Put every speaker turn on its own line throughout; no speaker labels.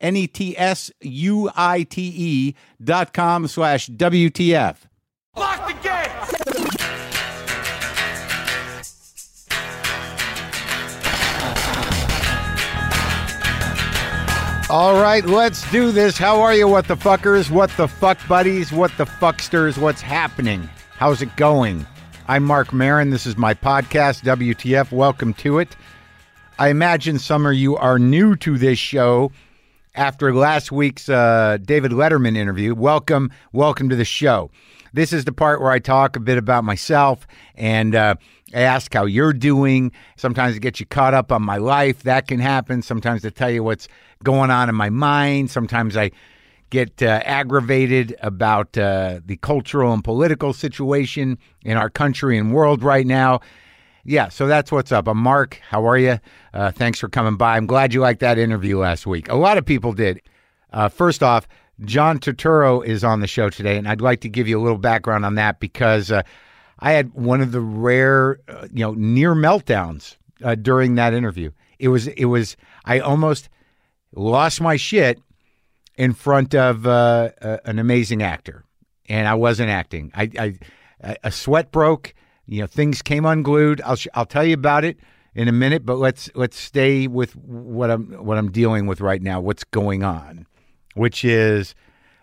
N E T S U I T E dot com slash WTF.
Lock the gate!
All right, let's do this. How are you, what the fuckers? What the fuck buddies? What the fucksters? What's happening? How's it going? I'm Mark Marin. This is my podcast, WTF. Welcome to it. I imagine, Summer, you are new to this show after last week's uh, David Letterman interview. Welcome, welcome to the show. This is the part where I talk a bit about myself and uh, ask how you're doing. Sometimes it gets you caught up on my life. That can happen. Sometimes I tell you what's going on in my mind. Sometimes I get uh, aggravated about uh, the cultural and political situation in our country and world right now. Yeah, so that's what's up. I'm Mark. How are you? Uh, thanks for coming by. I'm glad you liked that interview last week. A lot of people did. Uh, first off, John Turturro is on the show today, and I'd like to give you a little background on that because uh, I had one of the rare, uh, you know, near meltdowns uh, during that interview. It was, it was, I almost lost my shit in front of uh, a, an amazing actor, and I wasn't acting. I, I a- a sweat broke. You know, things came unglued. I'll sh- I'll tell you about it in a minute, but let's let's stay with what I'm what I'm dealing with right now. What's going on, which is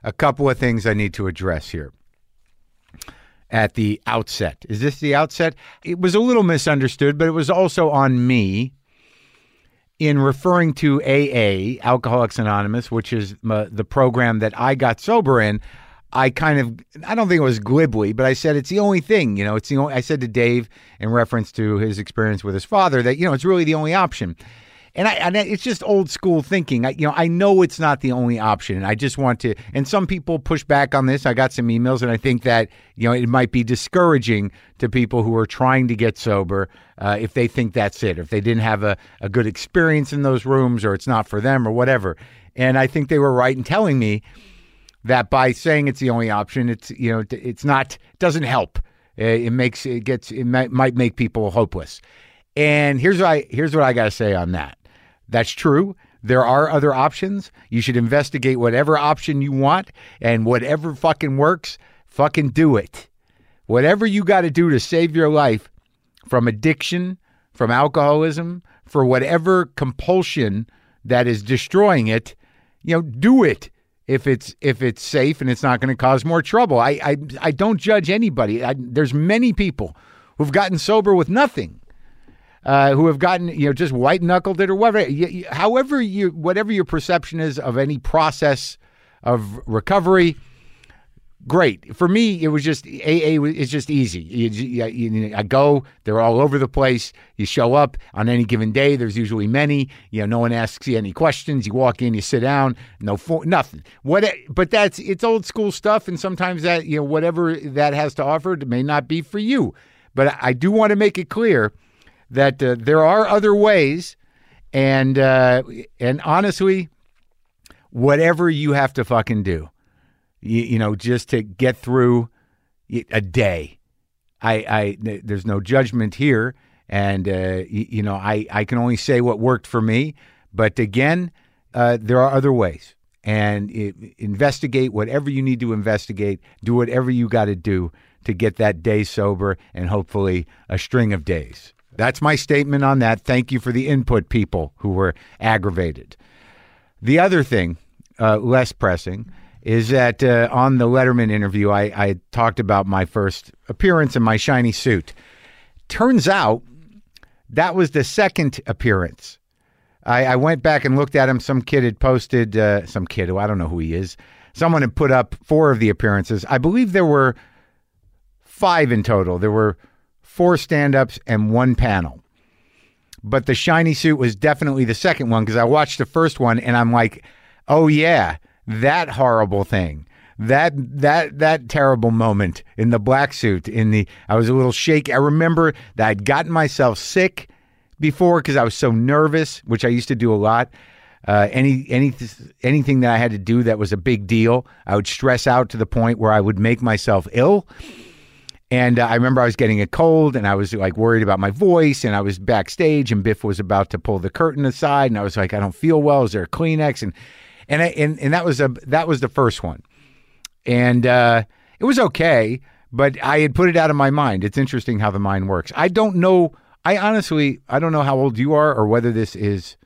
a couple of things I need to address here at the outset. Is this the outset? It was a little misunderstood, but it was also on me in referring to AA, Alcoholics Anonymous, which is uh, the program that I got sober in, I kind of, I don't think it was glibly, but I said it's the only thing, you know, it's the only, I said to Dave in reference to his experience with his father that, you know, it's really the only option. And I, and it's just old school thinking. I, you know, I know it's not the only option. And I just want to, and some people push back on this. I got some emails, and I think that you know it might be discouraging to people who are trying to get sober uh, if they think that's it, if they didn't have a, a good experience in those rooms, or it's not for them, or whatever. And I think they were right in telling me that by saying it's the only option, it's you know it's not it doesn't help. Uh, It makes it gets it might, might make people hopeless. And here's what I here's what I got to say on that. That's true. There are other options. You should investigate whatever option you want and whatever fucking works, fucking do it. Whatever you got to do to save your life from addiction, from alcoholism, for whatever compulsion that is destroying it, you know, do it if it's if it's safe and it's not going to cause more trouble. I I, I don't judge anybody. I, there's many people who've gotten sober with nothing uh, who have gotten you know just white knuckled it or whatever. Y- y- however, you whatever your perception is of any process of recovery, great. For me, it was just AA was- It's just easy. You, you, you- I go, they're all over the place. You show up on any given day. There's usually many. You know, no one asks you any questions. You walk in, you sit down. No, for, nothing. What? But that's it's old school stuff, and sometimes that you know whatever that has to offer it may not be for you. But I- I do want to make it clear that uh, there are other ways, and uh, and honestly, whatever you have to fucking do, you, you know, just to get through y- a day. I, I th- there's no judgment here, and uh, y- you know, I I can only say what worked for me. But again, uh, there are other ways, and i investigate whatever you need to investigate. Do whatever you got to do to get that day sober, and hopefully a string of days. That's my statement on that. Thank you for the input, people who were aggravated. The other thing, uh, less pressing, is that uh, on the Letterman interview, I, I had talked about my first appearance in my shiny suit. Turns out that was the second appearance. I, I went back and looked at him. Some kid had posted, uh, some kid who I don't know who he is, someone had put up four of the appearances. I believe there were five in total. There were four stand ups and one panel. But the shiny suit was definitely the second one because I watched the first one and I'm like, oh yeah, that horrible thing. That that that terrible moment in the black suit in the I was a little shaky. I remember that I'd gotten myself sick before because I was so nervous, which I used to do a lot. Uh, any any anything that I had to do that was a big deal, I would stress out to the point where I would make myself ill. And uh, I remember I was getting a cold and I was like worried about my voice. And I was backstage and Biff was about to pull the curtain aside. And I was like, I don't feel well. Is there a Kleenex? And, and, I, and, and that was a, that was the first one. And, uh, it was okay, but I had put it out of my mind. It's interesting how the mind works. I don't know. I honestly, I don't know how old you are or whether this is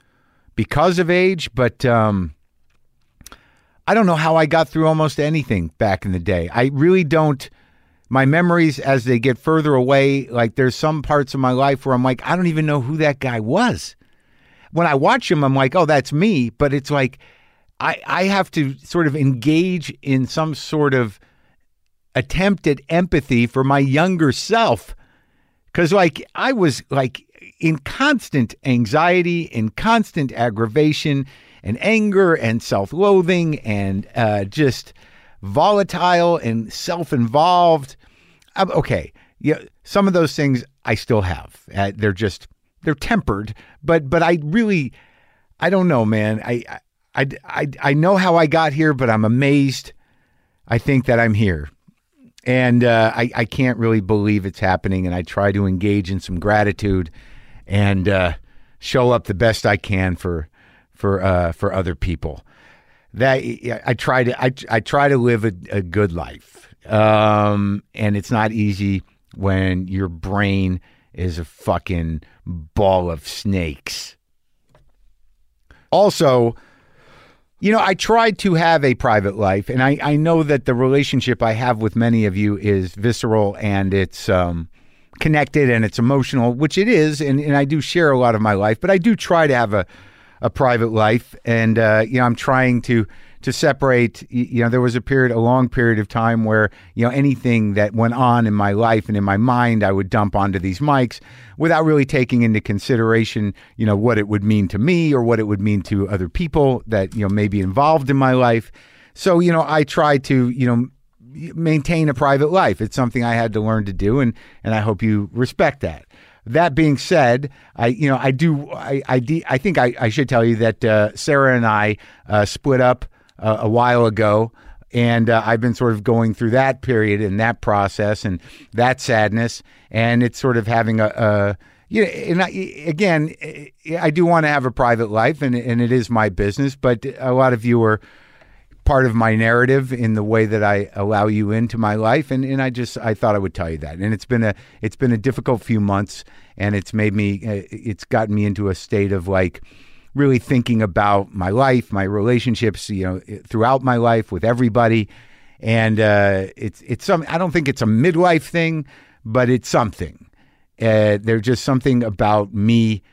because of age, but, um, I don't know how I got through almost anything back in the day. I really don't. My memories, as they get further away, like there's some parts of my life where I'm like, I don't even know who that guy was. When I watch him, I'm like, oh, that's me. But it's like, I, I have to sort of engage in some sort of attempt at empathy for my younger self. Cause like I was like in constant anxiety, in constant aggravation and anger and self loathing and uh, just volatile and self involved. Um, okay. Yeah. Some of those things I still have. Uh, they're just, they're tempered, but, but I really, I don't know, man. I, I, I, I, I know how I got here, but I'm amazed. I think that I'm here and uh, I, I can't really believe it's happening. And I try to engage in some gratitude and uh, show up the best I can for for uh, for other people. That I try to I, I try to live a, a good life, um, and it's not easy when your brain is a fucking ball of snakes. Also, you know, I tried to have a private life, and I, I know that the relationship I have with many of you is visceral and it's um, connected and it's emotional, which it is, and, and I do share a lot of my life, but I do try to have a, a private life, and uh, you know, I'm trying to to separate. y- You know, there was a period, a long period of time where you know anything that went on in my life and in my mind, I would dump onto these mics without really taking into consideration, you know, what it would mean to me or what it would mean to other people that you know may be involved in my life. So you know, I try to you know maintain a private life. It's something I had to learn to do, and and I hope you respect that. That being said, I you know I do I I, de- I think I, I should tell you that uh, Sarah and I uh, split up uh, a while ago, and uh, I've been sort of going through that period and that process and that sadness, and it's sort of having a. a yeah, and I, again, I- I do want to have a private life, and and it is my business. But a lot of you are part of my narrative in the way that I allow you into my life and and I just I thought I would tell you that and it's been a it's been a difficult few months and it's made me uh, it's gotten me into a state of like really thinking about my life my relationships you know throughout my life with everybody and uh, it's it's some I don't think it's a midlife thing but it's something uh, there's just something about me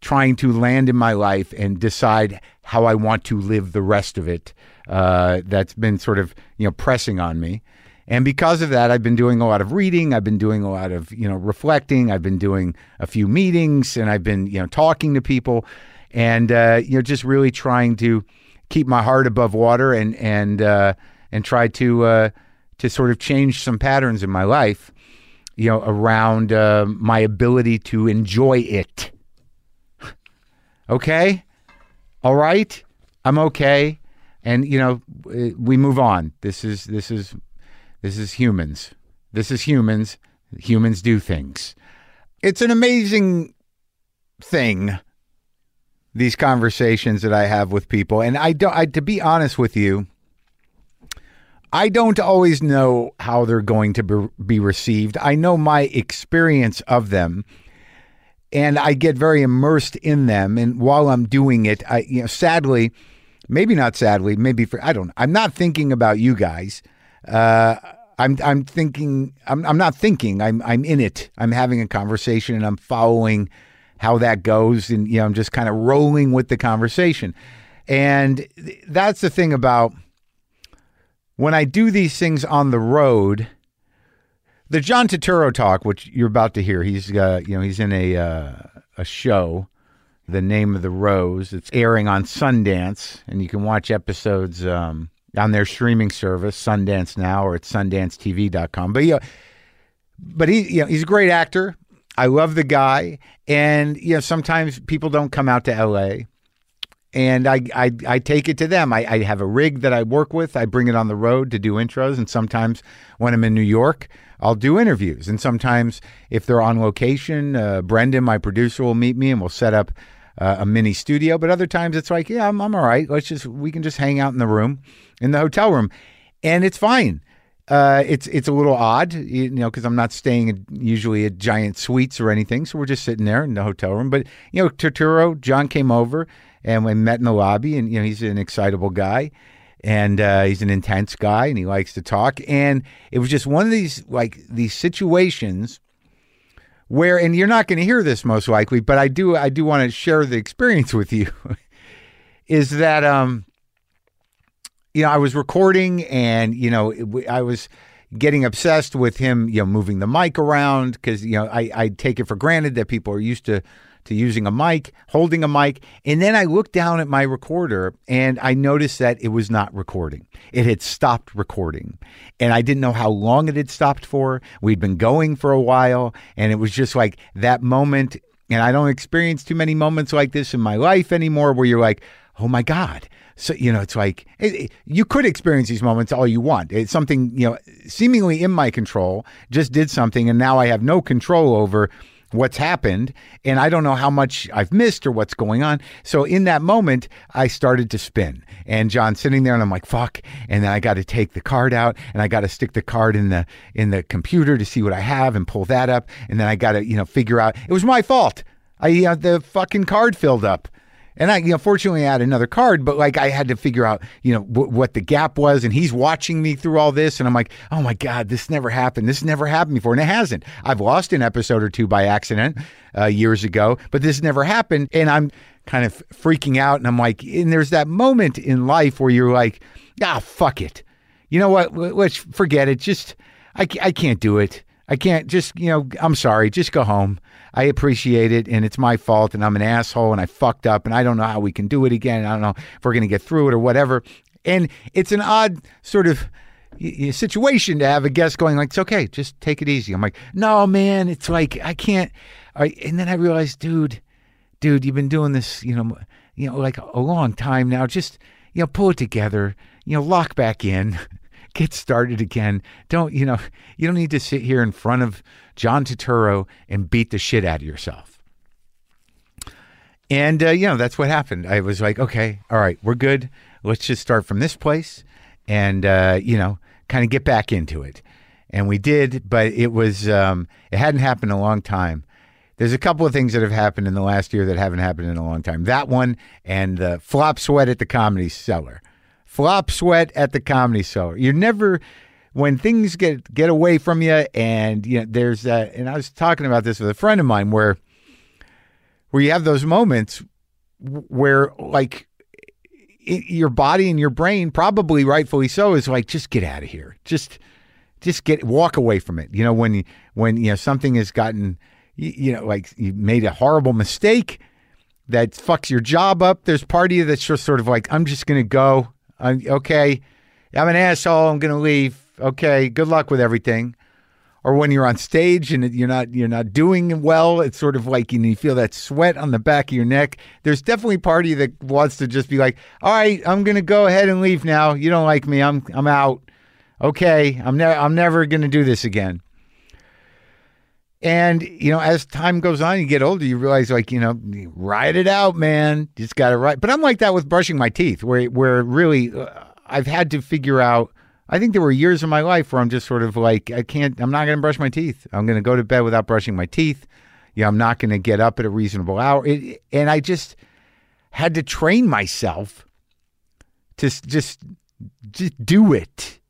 trying to land in my life and decide how I want to live the rest of it. Uh, that's been sort of you know pressing on me, and because of that, I've been doing a lot of reading. I've been doing a lot of you know reflecting. I've been doing a few meetings, and I've been you know talking to people, and uh, you know just really trying to keep my heart above water and and uh, and try to uh, to sort of change some patterns in my life. You know, around uh, my ability to enjoy it okay all right i'm okay and you know eh, we move on this is this is this is humans this is humans humans do things it's an amazing thing these conversations that i have with people and i don't I, to be honest with you i don't always know how they're going to be, be received i know my experience of them and I get very immersed in them. And while I'm doing it, I, you know, sadly, maybe not sadly, maybe for I don't know. I'm not thinking about you guys. Uh, I'm I'm thinking I'm I'm not thinking. I'm I'm in it. I'm having a conversation and I'm following how that goes and you know, I'm just kind of rolling with the conversation. And th- that's the thing about when I do these things on the road, the John Turturro talk, which you're about to hear, he's uh, you know he's in a uh, a show, the name of the rose. It's airing on Sundance, and you can watch episodes um, on their streaming service, Sundance Now, or at SundanceTV.com. But yeah, but he you know, he's a great actor. I love the guy, and you know sometimes people don't come out to L.A and I, I I take it to them. I, I have a rig that I work with. I bring it on the road to do intros, and sometimes when I'm in New York, I'll do interviews. And sometimes if they're on location, uh, Brendan, my producer, will meet me and we'll set up uh, a mini studio. But other times it's like, yeah, I'm I'm all right. Let's just we can just hang out in the room, in the hotel room, and it's fine. Uh, it's it's a little odd, you know, because I'm not staying at, usually at giant suites or anything. So we're just sitting there in the hotel room. But you know, Turturro, John came over and we met in the lobby, and you know, he's an excitable guy, and uh, he's an intense guy, and he likes to talk. And it was just one of these like these situations where, and you're not going to hear this most likely, but I do I do want to share the experience with you. is that um you know, I was recording and, you know, it, w- I was getting obsessed with him, you know, moving the mic around because, you know, I, I take it for granted that people are used to, to using a mic, holding a mic. And then I looked down at my recorder and I noticed that it was not recording. It had stopped recording. And I didn't know how long it had stopped for. We'd been going for a while. And it was just like that moment. And I don't experience too many moments like this in my life anymore where you're like, oh my God. So, you know, it's like it, it- you could experience these moments all you want. It's something, you know, seemingly in my control, just did something, and now I have no control over what's happened. And I don't know how much I've missed or what's going on. So, in that moment, I started to spin. And John's sitting there, and I'm like, fuck. And then I got to take the card out, and I got to stick the card in the in the computer to see what I have and pull that up. And then I got to, you know, figure out it was my fault. I you know, the fucking card filled up. And I, you know, fortunately, I had another card, but like I had to figure out, you know, wh- what the gap was. And he's watching me through all this. And I'm like, oh my God, this never happened. This never happened before. And it hasn't. I've lost an episode or two by accident uh, years ago, but this never happened. And I'm kind of freaking out. And I'm like, and there's that moment in life where you're like, ah, fuck it. You know what? L- Let's forget it. Just, I, ca- I can't do it. I can't just, you know, I'm sorry, just go home. I appreciate it and it's my fault and I'm an asshole and I fucked up and I don't know how we can do it again. I don't know if we're going to get through it or whatever. And it's an odd sort of y- y- situation to have a guest going like, it's okay, just take it easy. I'm like, no, man, it's like, I can't. I, and then I realized, dude, dude, you've been doing this, you know, m- you know, like a long time now. Just, you know, pull it together. You know, lock back in, get started again. Don't, you know, you don't need to sit here in front of John Turturro and beat the shit out of yourself. And uh, you know, that's what happened. I was like, okay, all right, we're good. Let's just start from this place, and uh, you know, kind of get back into it. And we did, but it was um, it hadn't happened in a long time. There's a couple of things that have happened in the last year that haven't happened in a long time. That one and the flop sweat at the comedy cellar. Flop sweat at the comedy cellar. You're never when things get get away from you, and you know, there's that. And I was talking about this with a friend of mine where where you have those moments w- where like i your body and your brain probably rightfully so is like just get out of here just just get walk away from it you know when you when you know something has gotten you, you know like you made a horrible mistake that fucks your job up there's part of you that's just sort of like i'm just gonna go I'm, okay i'm an asshole i'm gonna leave okay good luck with everything or when you're on stage and you're not you're not doing well, it's sort of like you, know, you feel that sweat on the back of your neck. There's definitely part of you that wants to just be like, "All right, I'm gonna go ahead and leave now. You don't like me, I'm I'm out. Okay, I'm never I'm never gonna do this again." And you know, as time goes on, you get older, you realize like you know, ride it out, man. Just got to ride. But I'm like that with brushing my teeth, where where really uh, I've had to figure out. I think there were years in my life where I'm just sort of like I can't. I'm not going to brush my teeth. I'm going to go to bed without brushing my teeth. You know, I'm not going to get up at a reasonable hour. It, and I just had to train myself Just, just, just do it.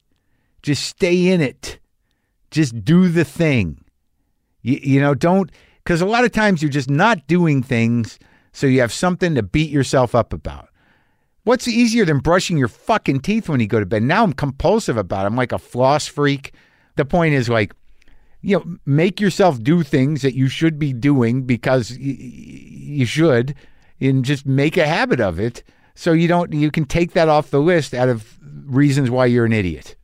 Just stay in it. Just do the thing. You, you know, don't, because a lot of times you're just not doing things, so you have something to beat yourself up about. What's easier than brushing your fucking teeth when you go to bed? Now I'm compulsive about it. I'm like a floss freak. The point is, like, you know, make yourself do things that you should be doing because y- y- you should, and just make a habit of it. So you don't, you can take that off the list out of reasons why you're an idiot.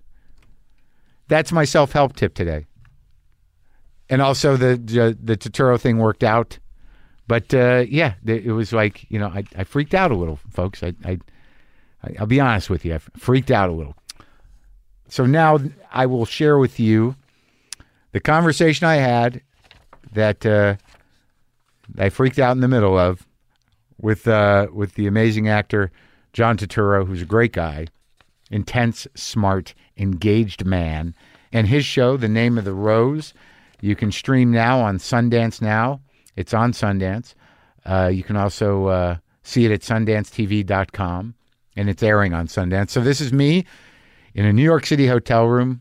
That's my self help tip today. And also the the, the Totoro thing worked out, but uh, yeah, th- it was like you know I, I freaked out a little, folks. I, I I- I'll be honest with you, I freaked out a little. So now I will share with you the conversation I had that uh, I freaked out in the middle of with uh, with the amazing actor John Turturro, who's a great guy, intense, smart, engaged man, and his show, The Name of the Rose, you can stream now on Sundance Now. It's on Sundance. Uh, you can also uh, see it at SundanceTV.com, and it's airing on Sundance. So this is me in a New York City hotel room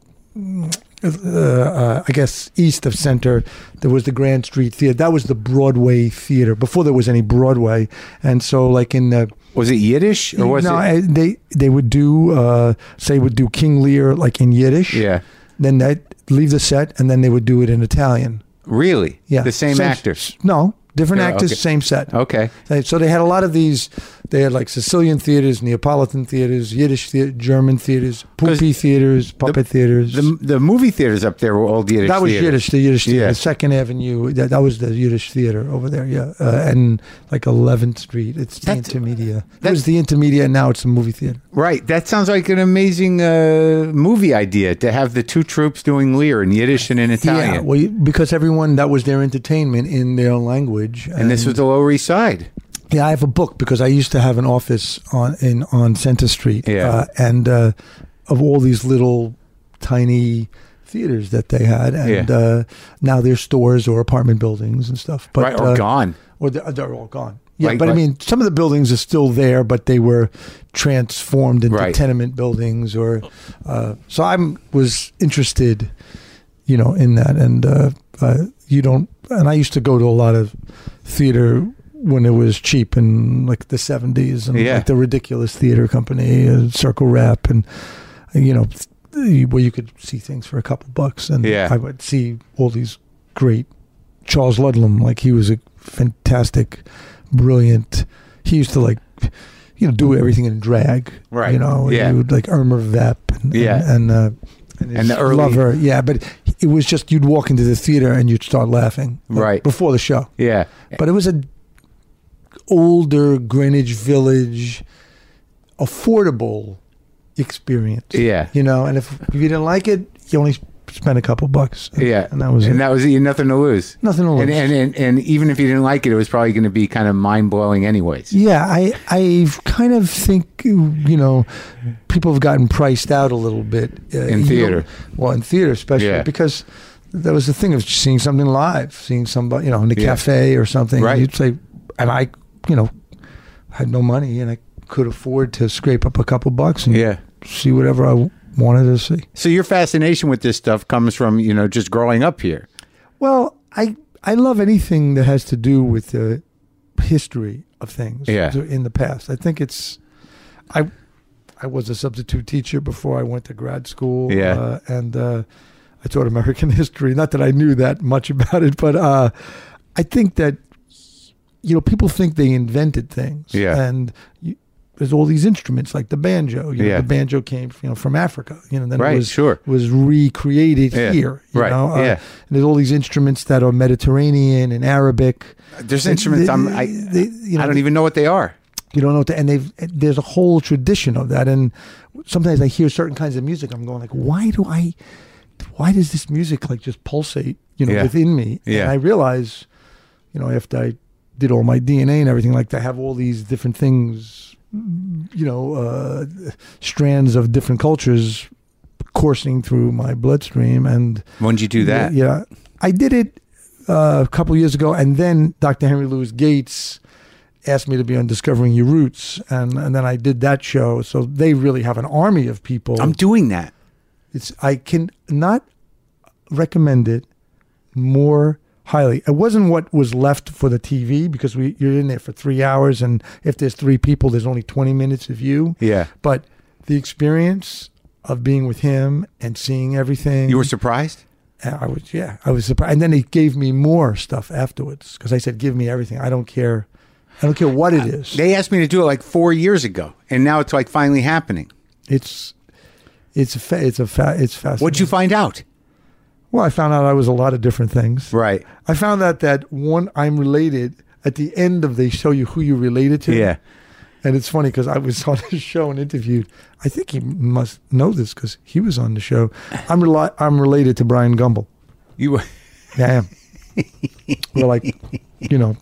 uh, uh, I guess east of center, there was the Grand Street Theater. That was the Broadway theater before there was any Broadway, and so like in the
Was it Yiddish or was
no,
it?
I- they they would do uh, say would do King Lear like in Yiddish.
yeah,
Then they would leave the set and then they would do it in Italian.
really.
Yeah.
the same, actors.
No, different
Yeah,
actors,
okay.
same set.
Okay,
They- So they had a lot of these. They had like Sicilian theaters, Neapolitan theaters, Yiddish theater, German theaters,
'Cause
Pupi theaters, puppet theaters.
the the movie theaters up there were old Yiddish.
that was
theaters.
Yiddish, the Yiddish
Yeah.
theater, Second Avenue. That, that was the Yiddish theater over there, yeah, uh, and like Eleventh Street. It's the
That's-
Intermedia. That
that's-
was the Intermedia, and now it's the movie theater.
Right. That sounds like an amazing uh, movie idea to have the two troops doing Lear in Yiddish and in Italian.
Yeah, well, you- because everyone that was their entertainment in their language,
and this was the Lower East Side.
Yeah, I have a book because I used to have an office on in on Center Street.
Yeah.
uh, and uh, of all these little tiny theaters that they had, and
Yeah.
uh, now they're stores or apartment buildings and stuff. But
right. Or
uh,
gone.
or they're, they're all gone. Yeah,
Like-
but
like-
I mean, some of the buildings are still there, but they were transformed into
Right.
tenement buildings. Or uh, so I am was interested, you know, in that. And uh, uh, you don't. And I used to go to a lot of theater when it was cheap in like the seventies, and
Yeah.
like the ridiculous theater company, uh, Circle Rep, and you know, th- where you could see things for a couple bucks. And
Yeah.
I would see all these great Charles Ludlam, like he was a fantastic, brilliant. He used to like, you know, do everything in drag,
Right.
You know,
Yeah.
he would like Irma Vep, and,
Yeah.
and and, uh, and,
And the
his
early-
lover, yeah. But it was just you'd walk into the theater and you'd start laughing, like,
Right.
before the show.
Yeah.
But it was a older Greenwich Village affordable experience.
Yeah.
You know, and if, if you didn't like it, you only spent a couple bucks.
Yeah,
And that was
and
it.
that was it. You had nothing to lose.
Nothing to
And,
lose.
and and and even if you didn't like it, it was probably going to be kind of mind blowing, anyways.
Yeah, I I kind of think you know people have gotten priced out a little bit uh,
In
you
theater.
know, well, in theater especially
Yeah.
because that was the thing of seeing something live, seeing somebody you know in a
Yeah.
cafe or something.
Right.
You'd say, and I you know had no money and I could afford to scrape up a couple bucks and see whatever I w- wanted to see.
So your fascination with this stuff comes from you know just growing up here.
Well, I I love anything that has to do with the history of things
Yeah.
th- in the past. I think it's I I was a substitute teacher before I went to grad school.
Yeah.
uh, and uh, I taught American history. Not that I knew that much about it, but uh, I think that you know people think they invented things.
Yeah.
and. You, there's all these instruments like the banjo. You know,
Yeah.
The banjo came, you know, from Africa. You know, then
Right,
it was
sure.
was recreated
Yeah,
here. you
right,
know, Uh,
yeah.
and there's all these instruments that are Mediterranean and Arabic.
There's instruments
They-
I'm, I
they- you know,
I don't even know what they are.
you don't know what to, and they've there's a whole tradition of that. And sometimes I hear certain kinds of music, I'm going like, why do I? Why does this music like just pulsate? You know,
Yeah.
within me.
Yeah.
And I realize, you know, after I did all my DNA and everything, like I have all these different things, you know, uh, strands of different cultures coursing through my bloodstream and.
When did you do that?
Yeah, yeah. I did it uh, a couple years ago, and then Dr. Henry Louis Gates asked me to be on Discovering Your Roots, and, and then I did that show. So they really have an army of people.
I'm doing that.
it's I can not recommend it more highly. It wasn't what was left for the TV because we you're in there for three hours, and if there's three people, there's only 20 minutes of you.
Yeah.
but the experience of being with him and seeing everything
You were surprised.
and I was, yeah, I was surprised. And then he gave me more stuff afterwards because I said, "Give me everything. I don't care. I don't care what it is.
They asked me to do it like four years ago, and now it's like finally happening.
It's, it's a, fa- it's a, fa- it's fascinating."
What'd you find out?
well, I found out I was a lot of different things.
Right.
I found out that one, I'm related. At the end of they show you who you related to.
Yeah.
And it's funny because I was on his show and interviewed. I think he must know this because he was on the show. I'm reli- I'm related to Brian Gumble.
You were.
Yeah, I am. We're like, you know,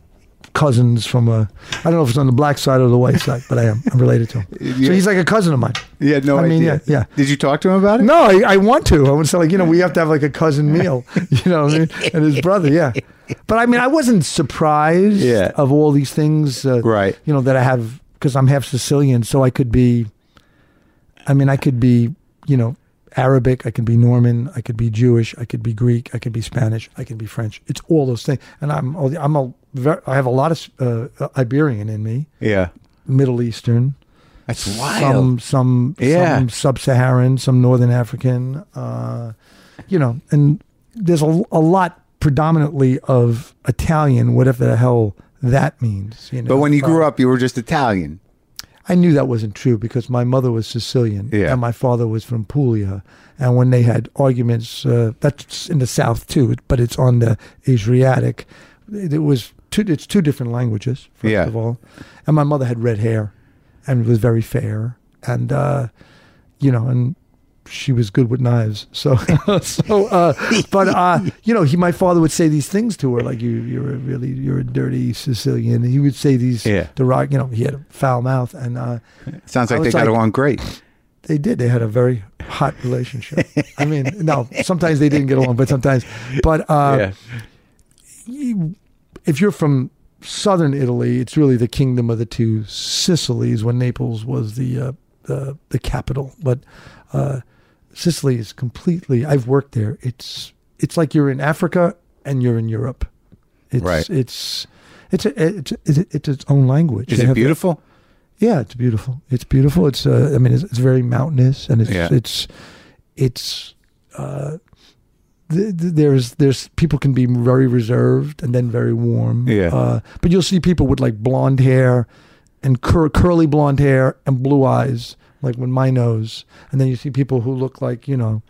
cousins from a. I don't know if it's on the black side or the white side, but I am. I'm related to him. So he's like a cousin of mine.
You had no
I mean,
idea.
yeah, yeah.
Did you talk to him about it?
No, I, I want to. I would say like, you know, we have to have like a cousin meal. You know, what I mean? and his brother. Yeah, but I mean, I wasn't surprised
Yeah.
of all these things. Uh,
Right.
You know that I have because I'm half Sicilian, so I could be. I mean, I could be. You know. Arabic, I could be Norman, I could be Jewish, I could be Greek, I could be Spanish, I could be French. It's all those things, and I'm I'm a ver- I have a lot of uh, Iberian in me,
Yeah.
Middle Eastern,
That's
some some
Yeah.
some sub-Saharan, some Northern African, uh, you know, and there's a, a lot predominantly of Italian, whatever the hell that means. You know,
But when you grew up, you were just Italian.
I knew that wasn't true because my mother was Sicilian
Yeah.
and my father was from Puglia, and when they had arguments, uh, that's in the south too, but it's on the Adriatic. It, it was two. It's two different languages. First
Yeah.
of all, and my mother had red hair, and was very fair, and uh, you know, and she was good with knives. So, so, uh, but uh, you know, he, my father would say these things to her, like you, you're a really, you're a dirty Sicilian. And he would say these,
Yeah.
derog- you know, he had a foul mouth, and uh,
Sounds
I
like they
was
got
like-
along great.
they did. They had a very hot relationship. I mean, no, sometimes they didn't get along, but sometimes, but uh, you- if you're from southern Italy, it's really the kingdom of the two Sicilies when Naples was the uh, the, the capital. But uh, Sicily is completely. I've worked there. It's it's like you're in Africa and you're in Europe. It's,
Right.
It's it's a, it's it's, it's its own language.
Is
They
it
have-
beautiful?
yeah, it's beautiful. It's beautiful. It's uh, I mean, it's, it's very mountainous, and it's
Yeah.
it's it's uh, th- th- there's there's people can be very reserved and then very warm.
Yeah.
Uh, but you'll see people with like blonde hair and cur- curly blonde hair and blue eyes, like with my nose, and then you see people who look like you know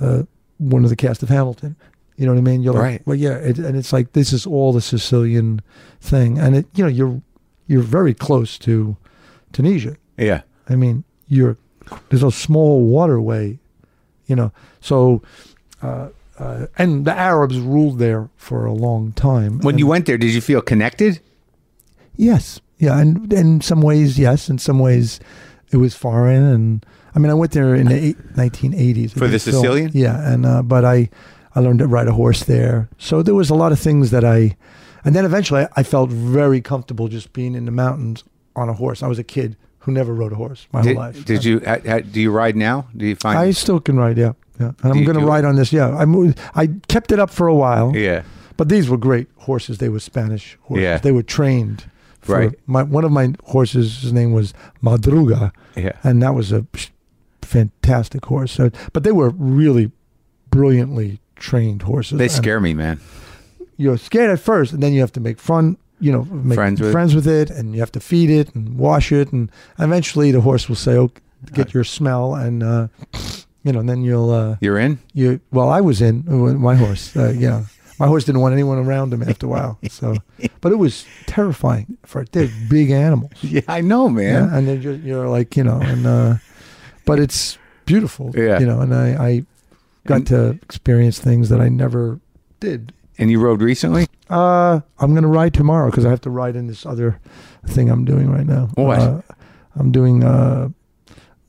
uh, one of the cast of Hamilton. You know what I mean? You're
Right.
like, well, yeah, it, and it's like this is all the Sicilian thing, and it you know you're you're very close to Tunisia.
Yeah.
I mean, you're there's a small waterway, you know. So, uh, uh, and the Arabs ruled there for a long time.
When
And-
you went there, did you feel connected?
yes, yeah, and in some ways, yes, in some ways, it was foreign. And I mean, I went there in the eight, 1980s I
For the
did film.
Sicilian?
yeah, and uh, but I I learned to ride a horse there. So there was a lot of things that I, and then eventually I, I felt very comfortable just being in the mountains on a horse. I was a kid who never rode a horse my whole life.
Did, did you? ha- ha- do you ride now? Do you find?
I still can ride, yeah. Yeah. And I'm
you
going to
do
ride on this. Yeah, I moved, I kept it up for a while.
yeah.
but these were great horses. They were Spanish horses.
Yeah.
they were trained. For
Right.
My one of my horses, his name was Madruga,
Yeah.
and that was a sh- fantastic horse. So, but they were really brilliantly trained horses.
They
And
scare me, man.
You're scared at first, and then you have to make fun. You know, make
Friends with-
it, and you have to feed it and wash it, and eventually the horse will say, "Okay, get your smell," and uh, you know, and then you'll. Uh,
You're in.
you well i was in uh, my horse uh, yeah my horse didn't want anyone around him after a while so but it was terrifying for they're big animals
Yeah, I know,
yeah,
man.
and then you're, you're like you know and uh but it's beautiful
Yeah.
you know and i i got
And-
to experience things that i never did
And you rode recently.
uh i'm gonna ride tomorrow because i have to ride in this other thing i'm doing right now
What?
Uh, i'm doing uh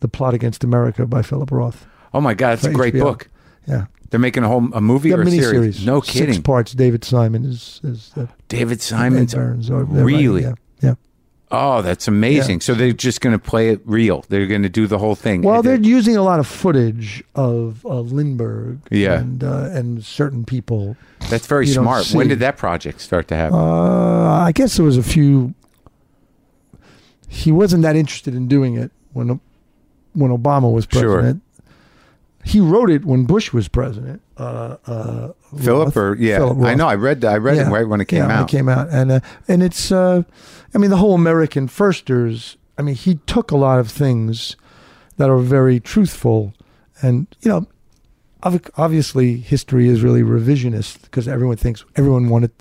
the plot against america by philip roth
Oh my God, it's a
For
great
HBO.
book.
yeah
They're making a whole a movie
Yeah,
or a
miniseries.
series. No
Six
kidding.
parts. David Simon is is the
David Simon's.
Ed Burns or-
really?
Yeah. yeah.
Oh, that's amazing. So they're just going to play it real. They're going to do the whole thing.
Well,
They-
they're using a lot of footage of uh, Lindbergh.
Yeah.
And uh, and certain people.
that's very
you don't
smart.
see.
When did that project start to happen?
Uh, I guess there was a few. He wasn't that interested in doing it when when Obama was
Sure.
president. He wrote it when Bush was president. Uh, uh,
Philip
Roth-
or yeah,
Philip
I
Roth.
know. I read that. I read it
Yeah.
right when it came
yeah, when
out.
It came out, and uh, and it's, uh, I mean, the whole American firsters. I mean, he took a lot of things that are very truthful, and you know, ob- obviously, history is really revisionist because everyone thinks everyone wanted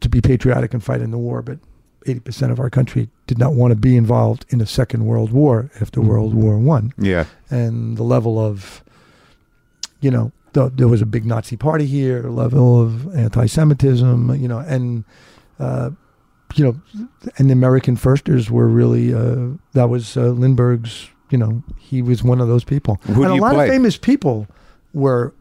to be patriotic and fight in the war, but eighty percent of our country did not want to be involved in the Second World War after
Mm-hmm.
World War One
yeah,
and the level of, you know, the, there was a big Nazi party here, level of anti-Semitism, you know, and, uh, you know, and the American firsters were really uh, that was uh, Lindbergh's. You know, he was one of those people,
Who do
and a
you
lot
play?
of famous people were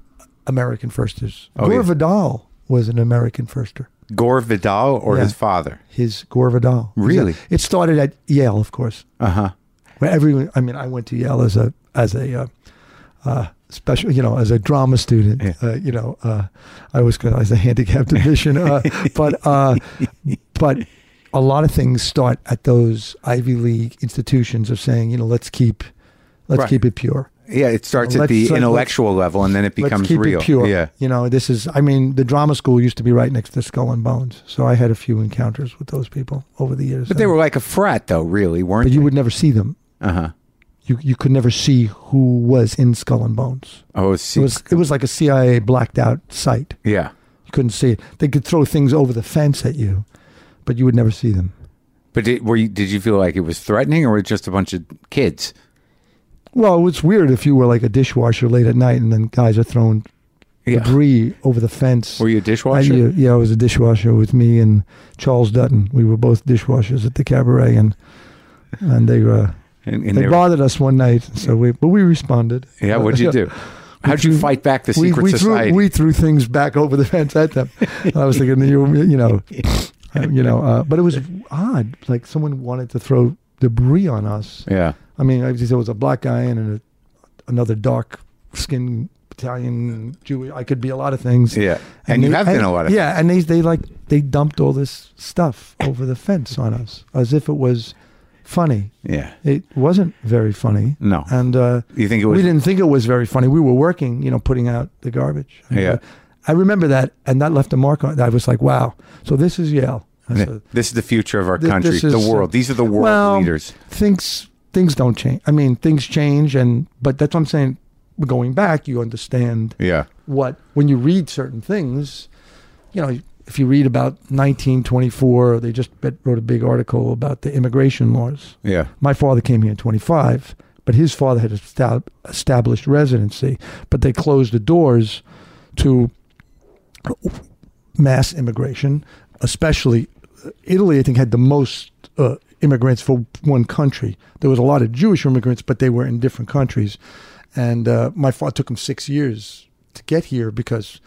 American firsters.
Oh,
Gore
yeah.
Vidal was an American firster.
Gore Vidal or
Yeah.
his father.
His Gore Vidal.
Really?
It started at Yale, of course
Uh huh.
where everyone i mean i went to yale as a as a uh, uh, special you know as a drama student
Yeah.
uh, you know uh, i was good as a handicapped edition uh, but uh, but a lot of things start at those ivy league institutions of saying you know let's keep let's
Right.
keep it pure
Yeah, it starts at
Let's-
the
let's-
intellectual level, and then it becomes
let's keep
real.
it pure
Yeah,
you know this is i mean the drama school used to be right next to skull and bones so i had a few encounters with those people over the years
but they were like a frat, though. Really, weren't
but you would never see them
Uh huh.
you you could never see who was in skull and bones
Oh,
It
see,
was it was like a CIA blacked out site.
yeah.
You couldn't see it. They could throw things over the fence at you, but you would never see them.
But did, were you, did you feel like it was threatening, or were it just a bunch of kids?
Well, it was weird if you were like a dishwasher late at night and then guys are throwing
Yeah.
debris over the fence.
Were you a dishwasher?
I, uh, yeah, I was a dishwasher with me and Charles Dutton. We were both dishwashers at the cabaret, and and they uh,
And, and
they,
they were-
bothered us one night. So we but we responded.
yeah. What'd you do? How'd you
threw-
fight back the
we,
secret
we
society?
Threw, we threw things back over the fence at them. I was thinking, you, you know, uh, you know, uh, but it was odd. Like someone wanted to throw debris on us.
yeah.
I mean, I there was a black guy and a, another dark skinned Italian Jew. I could be a lot of things.
Yeah. And you have been a lot of
yeah. And they they like they dumped all this stuff over the fence on us as if it was funny.
Yeah.
It wasn't very funny.
No.
And uh,
You think it was?
we didn't think it was very funny. We were working, you know, putting out the garbage. And,
Yeah.
uh, I remember that, and that left a mark on. I was like, wow. So this is Yale. I said,
This is the future of our
Th-
country,
this
the
is, uh,
world. These are the world
well,
leaders.
Things things don't change. I mean, things change, and but that's what I'm saying. Going back, you understand
Yeah.
what when you read certain things, you know, if you read about 1924, they just bet- wrote a big article about the immigration laws.
Yeah.
My father came here in 25, but his father had estab- established residency, but they closed the doors to mass immigration, especially uh, Italy, I think, had the most uh, immigrants for one country. There was a lot of Jewish immigrants, but they were in different countries. And uh, my father took him six years to get here because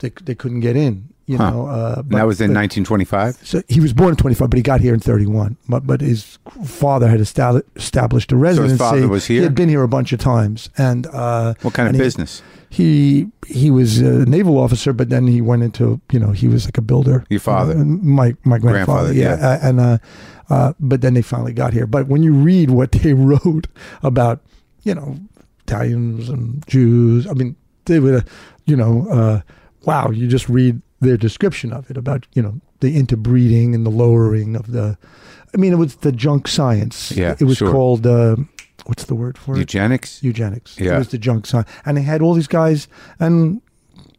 they, they couldn't get in. You
Huh.
know, uh,
And that was in
but-
1925.
so he was born in 25, but he got here in 31. But, but his father had estab- established a residency.
father was
He
here?
had been here a bunch of times. And uh,
What kind of
and he-
business?
He he was a naval officer, but then he went into you know he was like a builder.
Your father.
Uh, my my grandfather,
Grandfather,
yeah.
yeah.
Uh, and uh, uh, but then they finally got here. But when you read what they wrote about, you know, Italians and Jews, I mean, they were, you know, uh, wow. You just read their description of it about you know the interbreeding and the lowering of the. I mean, it was the junk science.
Yeah,
it was
sure.
called uh, what's the word for it?
Eugenics?
eugenics.
Yeah.
It was the junk science. And they had all these guys, and,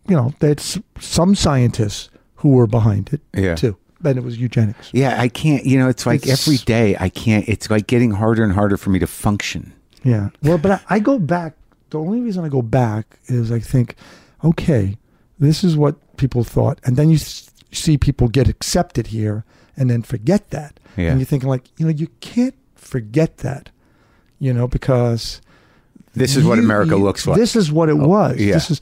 you know, they had s- some scientists who were behind it,
Yeah.
too. Then it was eugenics.
Yeah, I can't, you know, it's like
It's-
every day I can't, it's like getting harder and harder for me to function.
Yeah. Well, but I, I go back. The only reason I go back is I think, okay, this is what people thought. And then you s- see people get accepted here and then forget that.
Yeah.
And you're thinking, like, you know, you can't forget that, you know, because.
This is what
you-
America
you-
looks like. Oh,
This is what it was.
yeah.
This is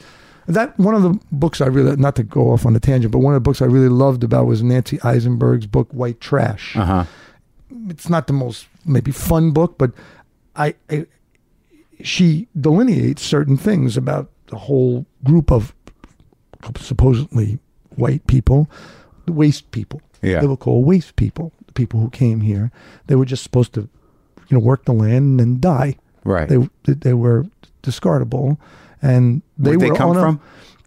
that one of the books I really not to go off on a tangent, but one of the books I really loved about was Nancy Eisenberg's book White Trash.
uh huh.
It's not the most maybe fun book, but I, I she delineates certain things about the whole group of supposedly white people, the waste people.
Yeah.
They were called waste people, the people who came here. They were just supposed to, you know, work the land and then die
Right.
they they were discardable, and they
Where'd they
were
come
on a-
from?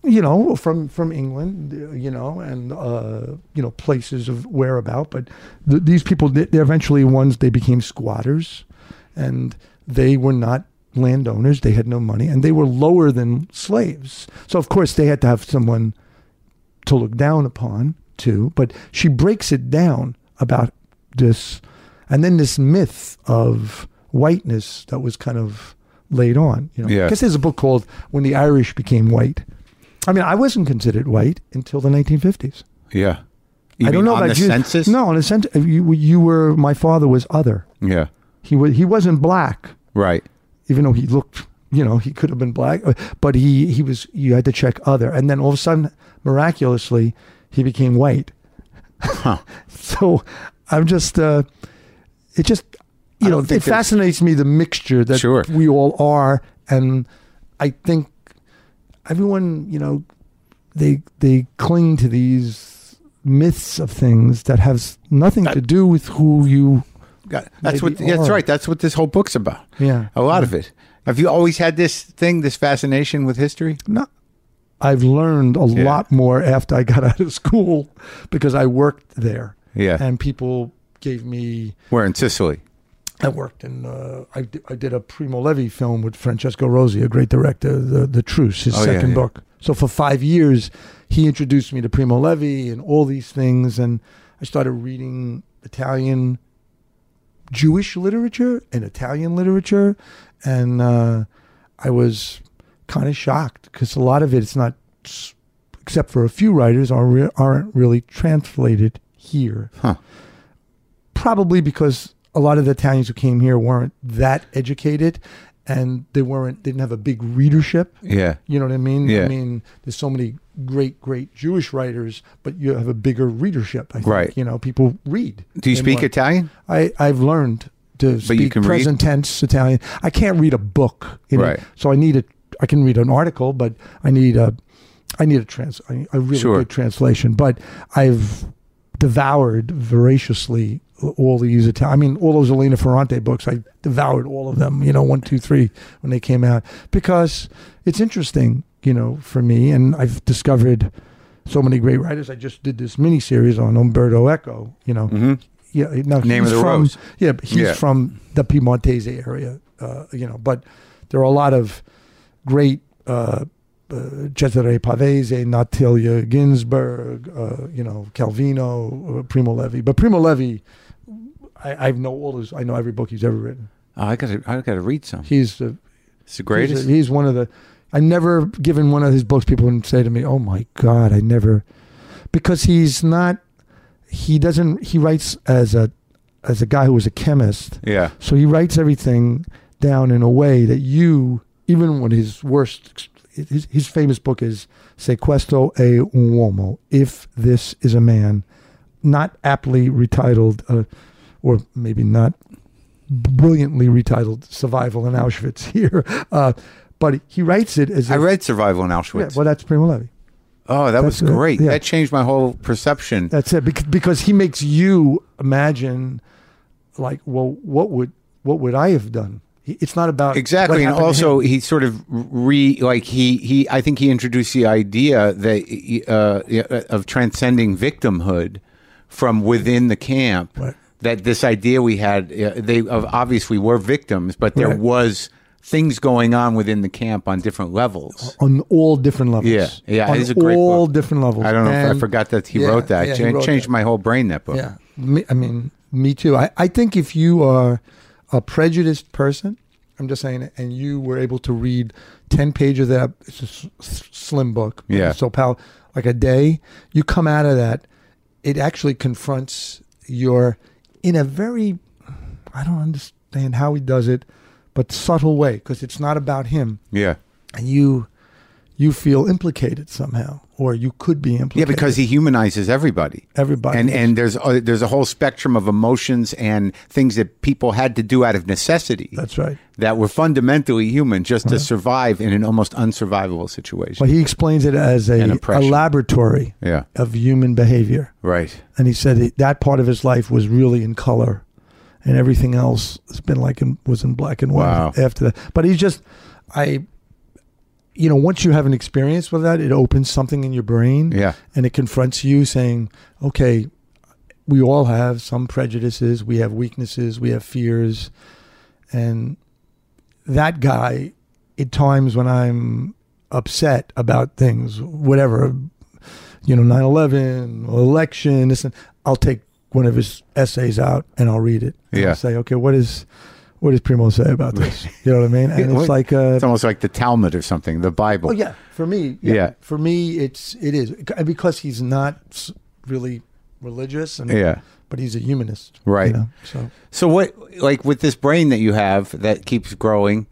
You know, from from England, uh, you know, and uh, you know places of whereabout. But th- these people, they- they're eventually ones. They became squatters, and they were not landowners. They had no money, and they were lower than slaves. So of course they had to have someone to look down upon too. But she breaks it down about this, and then this myth of whiteness that was kind of laid on. You know,
Yeah.
I guess there's a book called "When the Irish Became White." I mean, I wasn't considered white until the 1950es.
yeah. You
I don't
mean
know
on
about
the
you.
census?
No, on the census, you, you were. My father was other.
Yeah.
He was. He wasn't black
Right.
even though he looked, you know, he could have been black, uh, but he he was. You had to check other, and then all of a sudden, miraculously, he became white. so I'm just, uh, it just, you
I
know,
don't think
it
there's-
fascinates me the mixture that
Sure.
we all are, and I think everyone, you know, they they cling to these myths of things that has nothing to do with who you
Got it. That's what.
Maybe
That's
are.
right. That's what this whole book's about.
Yeah.
A lot of it. Have you always had this thing, this fascination with history?
No, I've learned a
Yeah.
lot more after I got out of school because I worked there.
Yeah.
And people gave me.
We're in Sicily.
I worked in. Uh, I, di- I did a Primo Levi film with Francesco Rosi, a great director. The The Truce, his
Oh, yeah,
second
yeah.
book. So for five years, he introduced me to Primo Levi and all these things, and I started reading Italian, Jewish literature and Italian literature, and uh, I was kind of shocked because a lot of it's not, s- except for a few writers, are re- aren't really translated here.
Huh.
Probably because a lot of the Italians who came here weren't that educated, and they weren't didn't have a big readership.
Yeah.
You know what I mean?
Yeah.
I mean, there's so many great, great Jewish writers, but you have a bigger readership. I think.
Right.
You know, people read.
Do you
They
speak
want-
Italian?
I, I've learned to
But
speak
you can read?
present tense Italian. I can't read a book, you know?
Right.
So I need a, I can read an article, but I need a, I need a trans, I- a really
Sure.
good translation. But I've devoured voraciously all these Italian. I mean, all those Elena Ferrante books. I devoured all of them. You know, one, two, three when they came out because it's interesting. You know, for me, and I've discovered so many great writers. I just did this mini series on Umberto Eco. You know,
Mm-hmm.
yeah, no,
Name
he's
of the
from,
Rose.
Yeah, but he's
Yeah.
from the Piemontese area, uh, you know. But there are a lot of great uh, uh, Cesare Pavese, Natalia Ginsburg, uh, you know Calvino, uh, Primo Levi. But Primo Levi, I, I know all his. I know every book he's ever written.
Oh, I gotta, I gotta read some.
He's the
It's the
He's,
greatest.
he's one of the. I never given one of his books. People would say to me, "Oh my God, I never," because he's not. He doesn't. He writes as a as a guy who was a chemist,
Yeah,
so he writes everything down in a way that you, even when his worst, his, his famous book is "Sequestro e un uomo," if this is a man, not aptly retitled, uh, or maybe not brilliantly retitled "Survival in Auschwitz" here, uh, but he writes it as
I
if-
read Survival in
Yeah,
Auschwitz.
well, that's Primo Levi.
oh, that was
that's, uh,
great.
yeah.
That changed my whole perception.
That's it because, because he makes you imagine, like, well, what would what would I have done? He- It's not about what
exactly and
happened to him.
also he sort of re like he he i think he introduced the idea that uh, of transcending victimhood from within the camp
Right.
that this idea we had uh, they of obviously were victims but there
Right.
was things going on within the camp on different levels
on all different levels.
yeah yeah
on
it's a great
all
book.
different levels.
i don't know if i
Oh, And-
forgot that he
yeah,
wrote that
yeah,
it
he
cha-
wrote
changed
that.
my whole brain that book
Yeah, me, I mean, me too. I, I think if you are a prejudiced person, I'm just saying, and you were able to read ten pages of that, it's a s- s- slim book.
Yeah.
so pal, like a day, you come out of that. It actually confronts your, in a very, I don't understand how he does it, but subtle way because it's not about him.
yeah
and you you feel implicated somehow, or you could be implicated.
yeah because he humanizes everybody
everybody
and and there's uh, there's a whole spectrum of emotions and things that people had to do out of necessity
that's right.
that were fundamentally human just to survive in an almost unsurvivable situation.
But he explains it as
An
a, a
oppression.
laboratory
yeah,
of human behavior,
right.
and he said that, that part of his life was really in color, and everything else has been like in, was in black and white
Wow.
after that. But he's just, I, you know, once you have an experience with that, it opens something in your brain,
Yeah,
and it confronts you saying, okay, we all have some prejudices, we have weaknesses, we have fears. And that guy, at times when I'm upset about things, whatever, you know, 9 11, election, this and I'll take one of his essays out and I'll read it. And
Yeah.
I'll say, okay, what is. What does Primo say about this? You know what I mean? And
What-
it's like uh,
it's almost like the Talmud or something, the Bible.
Oh yeah, for me, yeah,
Yeah.
for me, it's it is And because he's not s- really religious, and,
Yeah.
but he's a humanist,
Right.
You know? So
So what, like, with this brain that you have that keeps growing,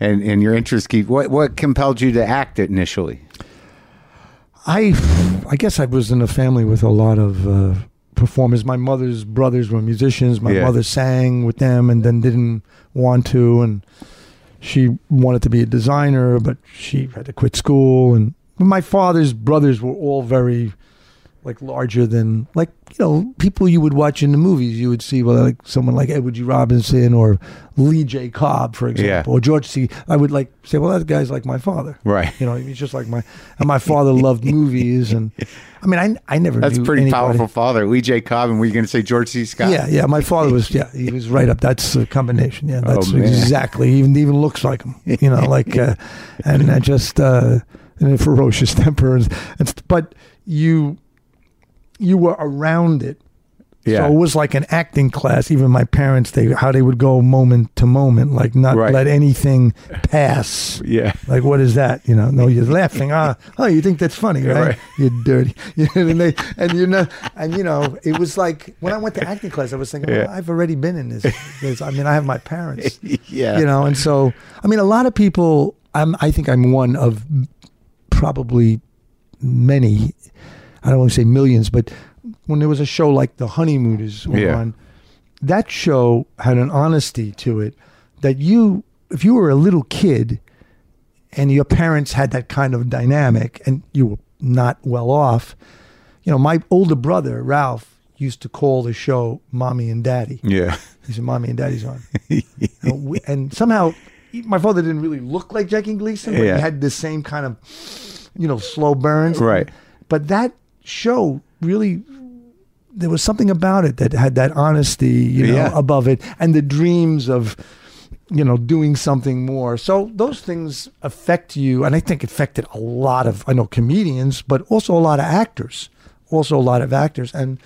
and and your interests keep what what compelled you to act initially?
I, I guess I was in a family with a lot of uh, performers. My mother's brothers were musicians. My
Yeah.
mother sang with them, and then didn't want to, and she wanted to be a designer, but she had to quit school. And my father's brothers were all very, like larger than like you know people you would watch in the movies. You would see well like someone like Edward G. Robinson or Lee J. Cobb, for example, or George C. I would like say, well, that guy's like my father.
Right.
You know, he's just like my and my father loved movies, and I mean, I I never
That's
knew
pretty
anybody-
powerful, father. Lee J. Cobb, and were you going to say George C. Scott?
Yeah, yeah. My father was yeah, he was right up. That's a combination. Yeah, that's
Oh, man.
exactly. He even even looks like him. You know, like uh, and I just uh, and a ferocious temper, and, and st- but you you were around it.
Yeah.
So it was like an acting class. Even my parents, they how they would go moment to moment, like not
Right.
let anything pass.
yeah.
Like, what is that? You know, no, you're laughing. Ah, oh, you think that's funny, right?
right.
You're dirty. You know, and, they, and you know, and you know, it was like when I went to acting class, I was thinking, well,
Yeah.
I've already been in this. this. I mean, I have my parents,
Yeah.
you know, and so I mean, a lot of people. I'm, I think I'm one of probably many. I don't want to say millions, but when there was a show like The Honeymooners were
Yeah.
on, that show had an honesty to it that you, if you were a little kid and your parents had that kind of dynamic and you were not well off, you know, my older brother, Ralph, used to call the show Mommy and Daddy.
Yeah.
He said, "Mommy and Daddy's on," and, we, and somehow he- my father didn't really look like Jackie Gleason, but
Yeah.
he had the same kind of, you know, slow burns.
Right.
But that show really, there was something about it that had that honesty, you know,
Yeah.
above it, and the dreams of you know, doing something more. So those things affect you, and I think affected a lot of I know comedians, but also a lot of actors, also a lot of actors, and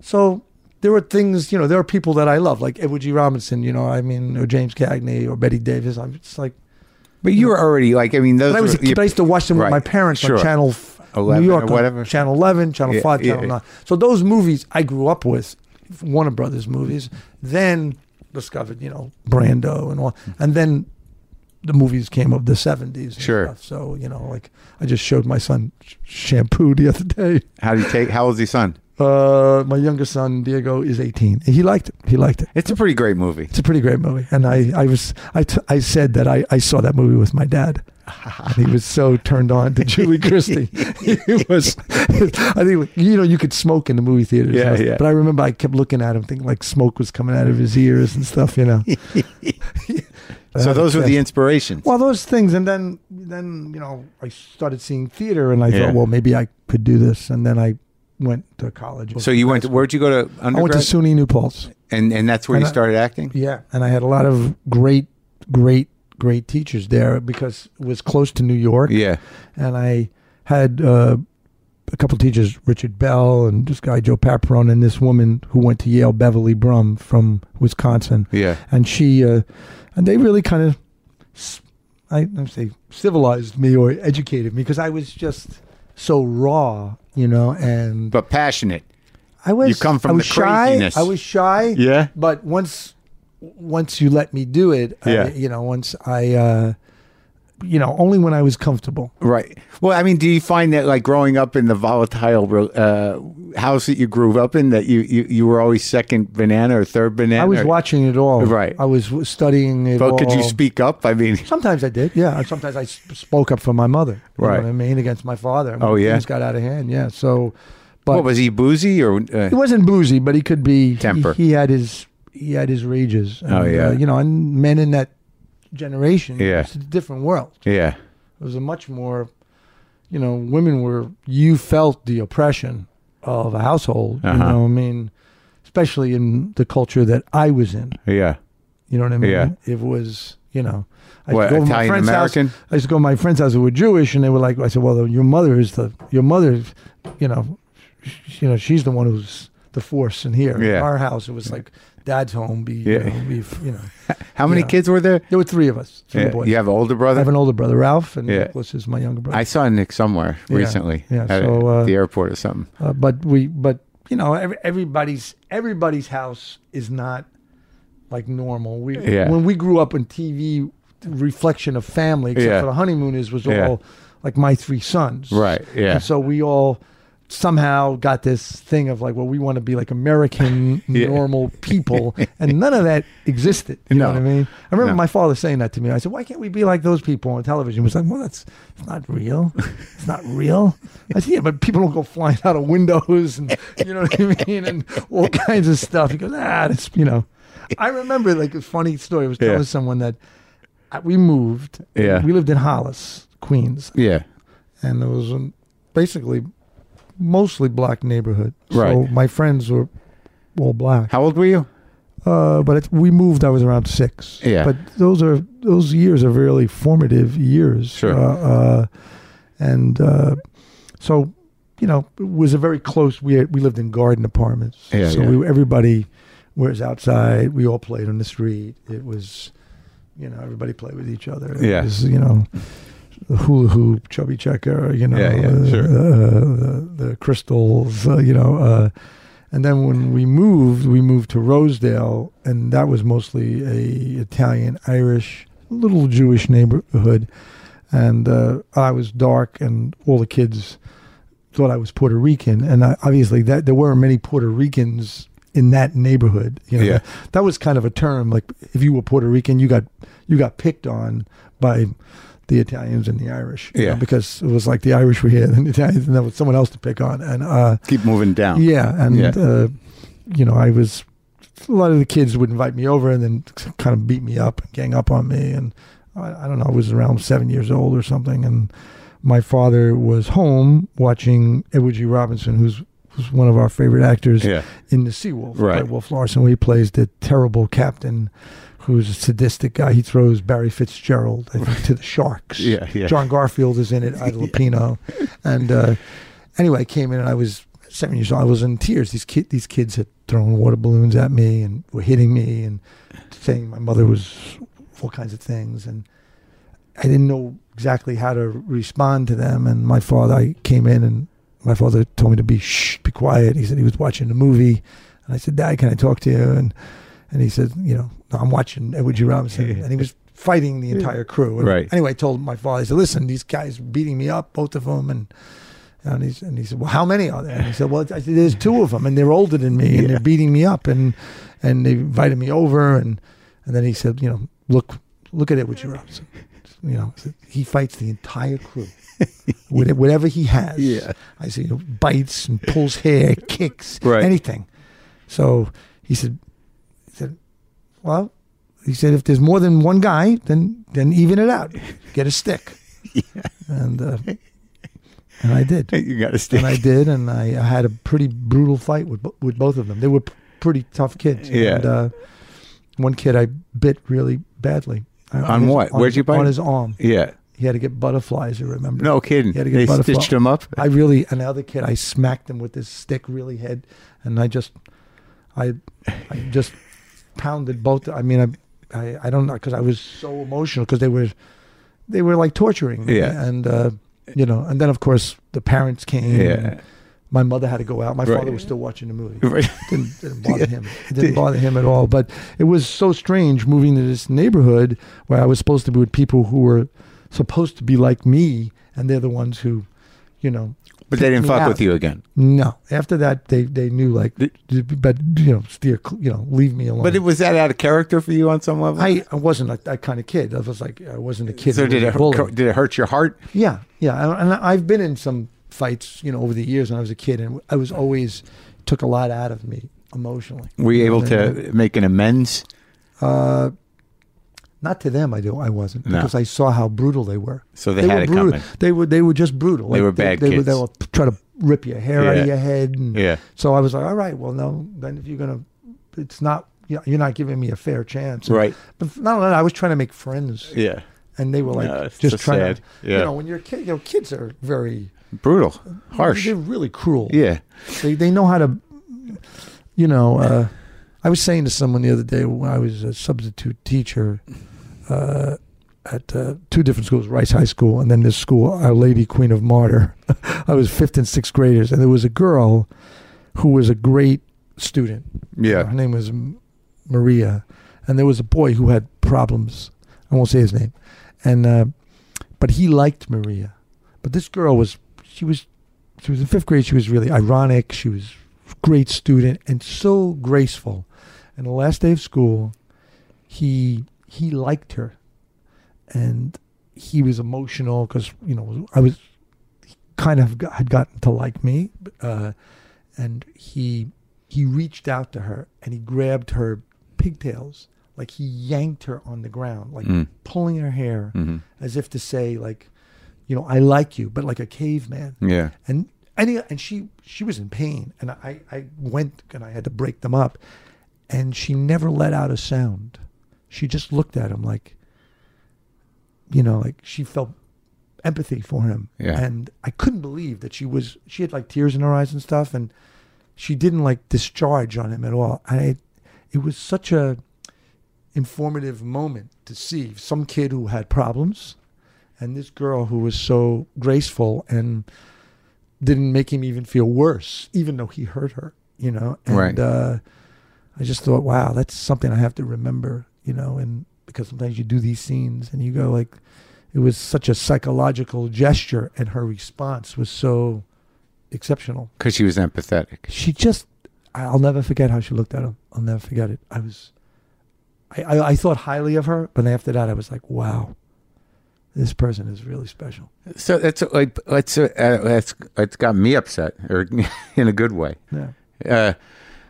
so there were things you know there are people that I love like Edward G. Robinson, you know, I mean, or James Cagney or Betty Davis. I'm just like,
But you were already like, I mean, those.
but I was a
were- you-
kid. I used to watch them
right,
with my parents
sure.
on Channel f-
11
New
or
York, on
whatever.
Channel Eleven, Channel
Yeah,
Five,
yeah,
Channel
yeah.
Nine. So those movies I grew up with, Warner Brothers movies. Then discovered, you know, Brando and all, and then the movies came of the seventies.
Sure.
Stuff. So you know, like I just showed my son sh- shampoo the other day.
How do you take? How old's your son?
Uh, my youngest son Diego is eighteen. He liked it. He liked it.
It's a pretty great movie.
It's a pretty great movie, and I, I was I, t- I said that I, I saw that movie with my dad, and he was so turned on to Julie Christie. he was, I think you know you could smoke in the movie theater,
Yeah, yeah.
But I remember I kept looking at him, thinking like smoke was coming out of his ears and stuff, you know.
So those were the inspirations.
Uh, Well, those things, and then then you know I started seeing theater, and I
Yeah.
thought, well, maybe I could do this, and then I went to college.
so you went. To, where'd you go to
I went
undergrad?
to SUNY New Paltz.
and and that's where
and
you
I-
started acting.
Yeah, and I had a lot of great, great, great teachers there because it was close to New York.
Yeah.
and I had uh, a couple teachers, Richard Bell and this guy Joe Paparone, and this woman who went to Yale, Beverly Brum from Wisconsin.
Yeah.
and she uh, and they really kind of, I don't say civilized me or educated me because I was just so raw, you know, and
But passionate.
I was.
You come from
I was
the
shy.
craziness.
I was shy.
Yeah.
But once, once you let me do it, I-
Yeah.
you know, once I, uh, you know, only when I was comfortable.
Right. Well, I mean, do you find that like growing up in the volatile uh, house that you grew up in, that you, you, you were always second banana or third banana?
I was
Or-
watching it all.
Right.
I was w- studying it.
But could you
all.
speak up? I mean,
Sometimes I did. Yeah. And Sometimes I s- spoke up for my mother. You
Right.
Know what I mean, against my father. when
Oh, yeah?
Things got out of hand. Yeah. So, but
what was he boozy or? Uh,
he wasn't boozy, but he could be he-
Temper.
He, had his he had his rages.
Oh,
And,
yeah.
uh, you know, and men in that generation.
Yeah.
It's a different world.
yeah.
It was a much more, you know, women were, you felt the oppression of a household. You
Uh-huh.
know, what I mean, especially in the culture that I was in.
Yeah.
You know what I mean?
Yeah.
It was, you know, I
What,
used to go to my friend's
Italian-American?
house. I used to go to my friend's house who were Jewish, and they were like, I said, well, your mother is the, your mother, you know, sh- you know, she's the one who's the force in here.
Yeah.
In our house, it was like dad's home. Be,
Yeah.
you know, be, f- you know,
How many
Yeah.
kids were there?
there were three of us, three
Yeah.
boys.
You have an older brother?
I have an older brother, Ralph, and
Yeah.
Nicholas is my younger brother.
I saw Nick somewhere
Yeah.
recently
Yeah,
at
so, uh,
the airport or something.
uh, but we but you know every, everybody's everybody's house is not like normal we
Yeah.
when we grew up in tv reflection of family except
Yeah.
for the honeymooners was all
Yeah.
like my three sons
Right, yeah.
and so we all somehow got this thing of like well we want to be like american
Yeah.
normal people and none of that existed you
No.
know what i mean i remember
No.
my father saying that to me i said why can't we be like those people on television he was like well that's it's not real it's not real i said yeah but people don't go flying out of windows and you know what i mean and all kinds of stuff he goes ah that's you know i remember like a funny story i was telling
Yeah.
someone that uh, we moved
Yeah.
we lived in hollis queens
Yeah.
and it was a basically mostly black neighborhood. So
Right.
my friends were all black.
How old were you?
Uh, but it, we moved. I was around six.
Yeah.
But those are those years are really formative years.
Sure.
Uh, uh, and uh, so, you know, it was a very close. We we lived in garden apartments.
Yeah,
So
yeah.
we everybody was outside. We all played on the street. It was, you know, everybody played with each other. It
Yeah.
was, you know. the Hula hoop, chubby checker, you know,
Yeah, yeah,
uh,
sure.
uh, the, the crystals, uh, you know, uh, and then when we moved, we moved to Rosedale, and that was mostly a Italian, Irish, little Jewish neighborhood. And uh, I was dark, and all the kids thought I was Puerto Rican. And I, obviously, that there weren't many Puerto Ricans in that neighborhood. You know,
Yeah.
that, that was kind of a term. Like if you were Puerto Rican, you got you got picked on by the Italians and the Irish. you
Yeah.
know, because it was like the Irish were here, and the Italians, and there was someone else to pick on. And uh,
Keep moving down.
yeah, and
Oh. Yeah.
Uh, you know, I was a lot of the kids would invite me over and then kind of beat me up, gang up on me, and I, I don't know, I was around seven years old or something, and my father was home watching Edward G. Robinson, who's who's one of our favorite actors
Yeah.
in The Seawolf by
Right.
Wolf Larsen, where he plays the terrible captain who's a sadistic guy. He throws Barry Fitzgerald I think, to the sharks.
Yeah, yeah.
John Garfield is in it, Ida Lupino. And uh, anyway, I came in and I was seven years old. I was in tears. These, kid, these kids had thrown water balloons at me and were hitting me and saying my mother was all kinds of things. And I didn't know exactly how to respond to them. And my father, I came in and my father told me to be shh, be quiet. He said he was watching a movie, and I said, "Dad, can I talk to you?" And and he said, "You know, no, I'm watching Edward G. Robinson," and he was fighting the entire crew. And
Right.
Anyway, I told my father, I said, "Listen, these guys are beating me up, both of them," and. And he, and he said, "Well, how many are there?" And he said, "Well, I said, there's two of them, and they're older than me, and they're beating me up, and and they invited me over, and and then he said, you know, look, look at Edward G. Robinson, you know, he fights the entire crew, with whatever he has.
Yeah.
I said, you know, bites and pulls hair, kicks,
Right.
anything. So he said, he said, well, he said, if there's more than one guy, then then even it out, get a stick, and uh, and I did.
you got to stick.
And I did, and I, I had a pretty brutal fight with bo- with both of them. They were p- pretty tough kids.
Yeah.
And, uh, one kid I bit really badly. On, his-
what? Where'd
his-
you bite
On
him?
his arm.
yeah.
He had to get butterflies. I remember.
No kidding.
He had to
they
get butterfly-
stitched him up.
I really and the other kid I smacked him with this stick really hard, and I just, I, I just pounded both. I mean, I, I, I don't know because I was so emotional because they were, they were like torturing. me.
Yeah.
And uh, you know, and then of course the parents came.
Yeah.
My mother had to go out. My
Right.
father was still watching the movie.
Right.
Didn't, didn't bother him. It didn't bother him at all. But it was so strange moving to this neighborhood where I was supposed to be with people who were supposed to be like me, and they're the ones who, you know.
But they
kicked
didn't
me
fuck
out.
with you again.
No. After that, they they knew like, but you know, steer, cl- you know, leave me alone.
But it, was that out of character for you on some level?
I, I wasn't a, that kind of kid. I was like, I wasn't a kid.
so
who
did
was
it
a bully.
hurt, did it hurt your heart?
Yeah, yeah, and- and I've been in some fights, you know, over the years when I was a kid, and I was always took a lot out of me emotionally.
Were you able
know what I mean?
to make an amends?
Not to them, I do. I wasn't
No.
because I saw how brutal they were.
So they
were
had it
brutal.
coming.
They were they were just brutal.
They were bad
They,
kids.
they were try to rip your hair out
Yeah.
of your head. And
Yeah.
So I was like, all right, well, no, then if you're gonna, it's not. you know, You're not giving me a fair chance,
Right.
But not only that, I was trying to make friends,
Yeah.
and they were like
No, it's
just
so
trying
sad.
to,
Yeah.
you know, when you're a kid, you know, kids are very
Brutal. Harsh.
They're really cruel.
Yeah.
They they know how to, you know. Uh, I was saying to someone the other day when I was a substitute teacher uh, at uh, two different schools, Rice High School and then this school, Our Lady Queen of Martyr. I was fifth and sixth graders, and there was a girl who was a great student. Her
Yeah.
name was M- Maria, and there was a boy who had problems. I won't say his name, and uh, but he liked Maria. But this girl was she was she was in fifth grade. She was really ironic. She was a great student and so graceful. And the last day of school, he he liked her, and he was emotional because you know I was kind of got- had gotten to like me, but, uh, and he he reached out to her and he grabbed her pigtails like he yanked her on the ground, like
Mm.
pulling her hair
Mhm.
as if to say like, you know, I like you, but like a caveman
Yeah.
and and, he- and she she was in pain and I, I went and i had to break them up and she never let out a sound she just looked at him like you know like she felt empathy for him
Yeah.
and i couldn't believe that she was she had like tears in her eyes and stuff and she didn't like discharge on him at all and it, it was such a informative moment to see some kid who had problems and this girl who was so graceful and didn't make him even feel worse, even though he hurt her, you know. And
Right.
uh, I just thought, wow, that's something I have to remember, you know, and because sometimes you do these scenes and you go like, it was such a psychological gesture, and her response was so exceptional.
Because she was empathetic.
She just, I'll never forget how she looked at him. I'll never forget it. I was, I, I, I thought highly of her, but after that, I was like, wow, this person is really special.
So that's like that's uh, that's that's got me upset, or in a good way.
Yeah.
Uh,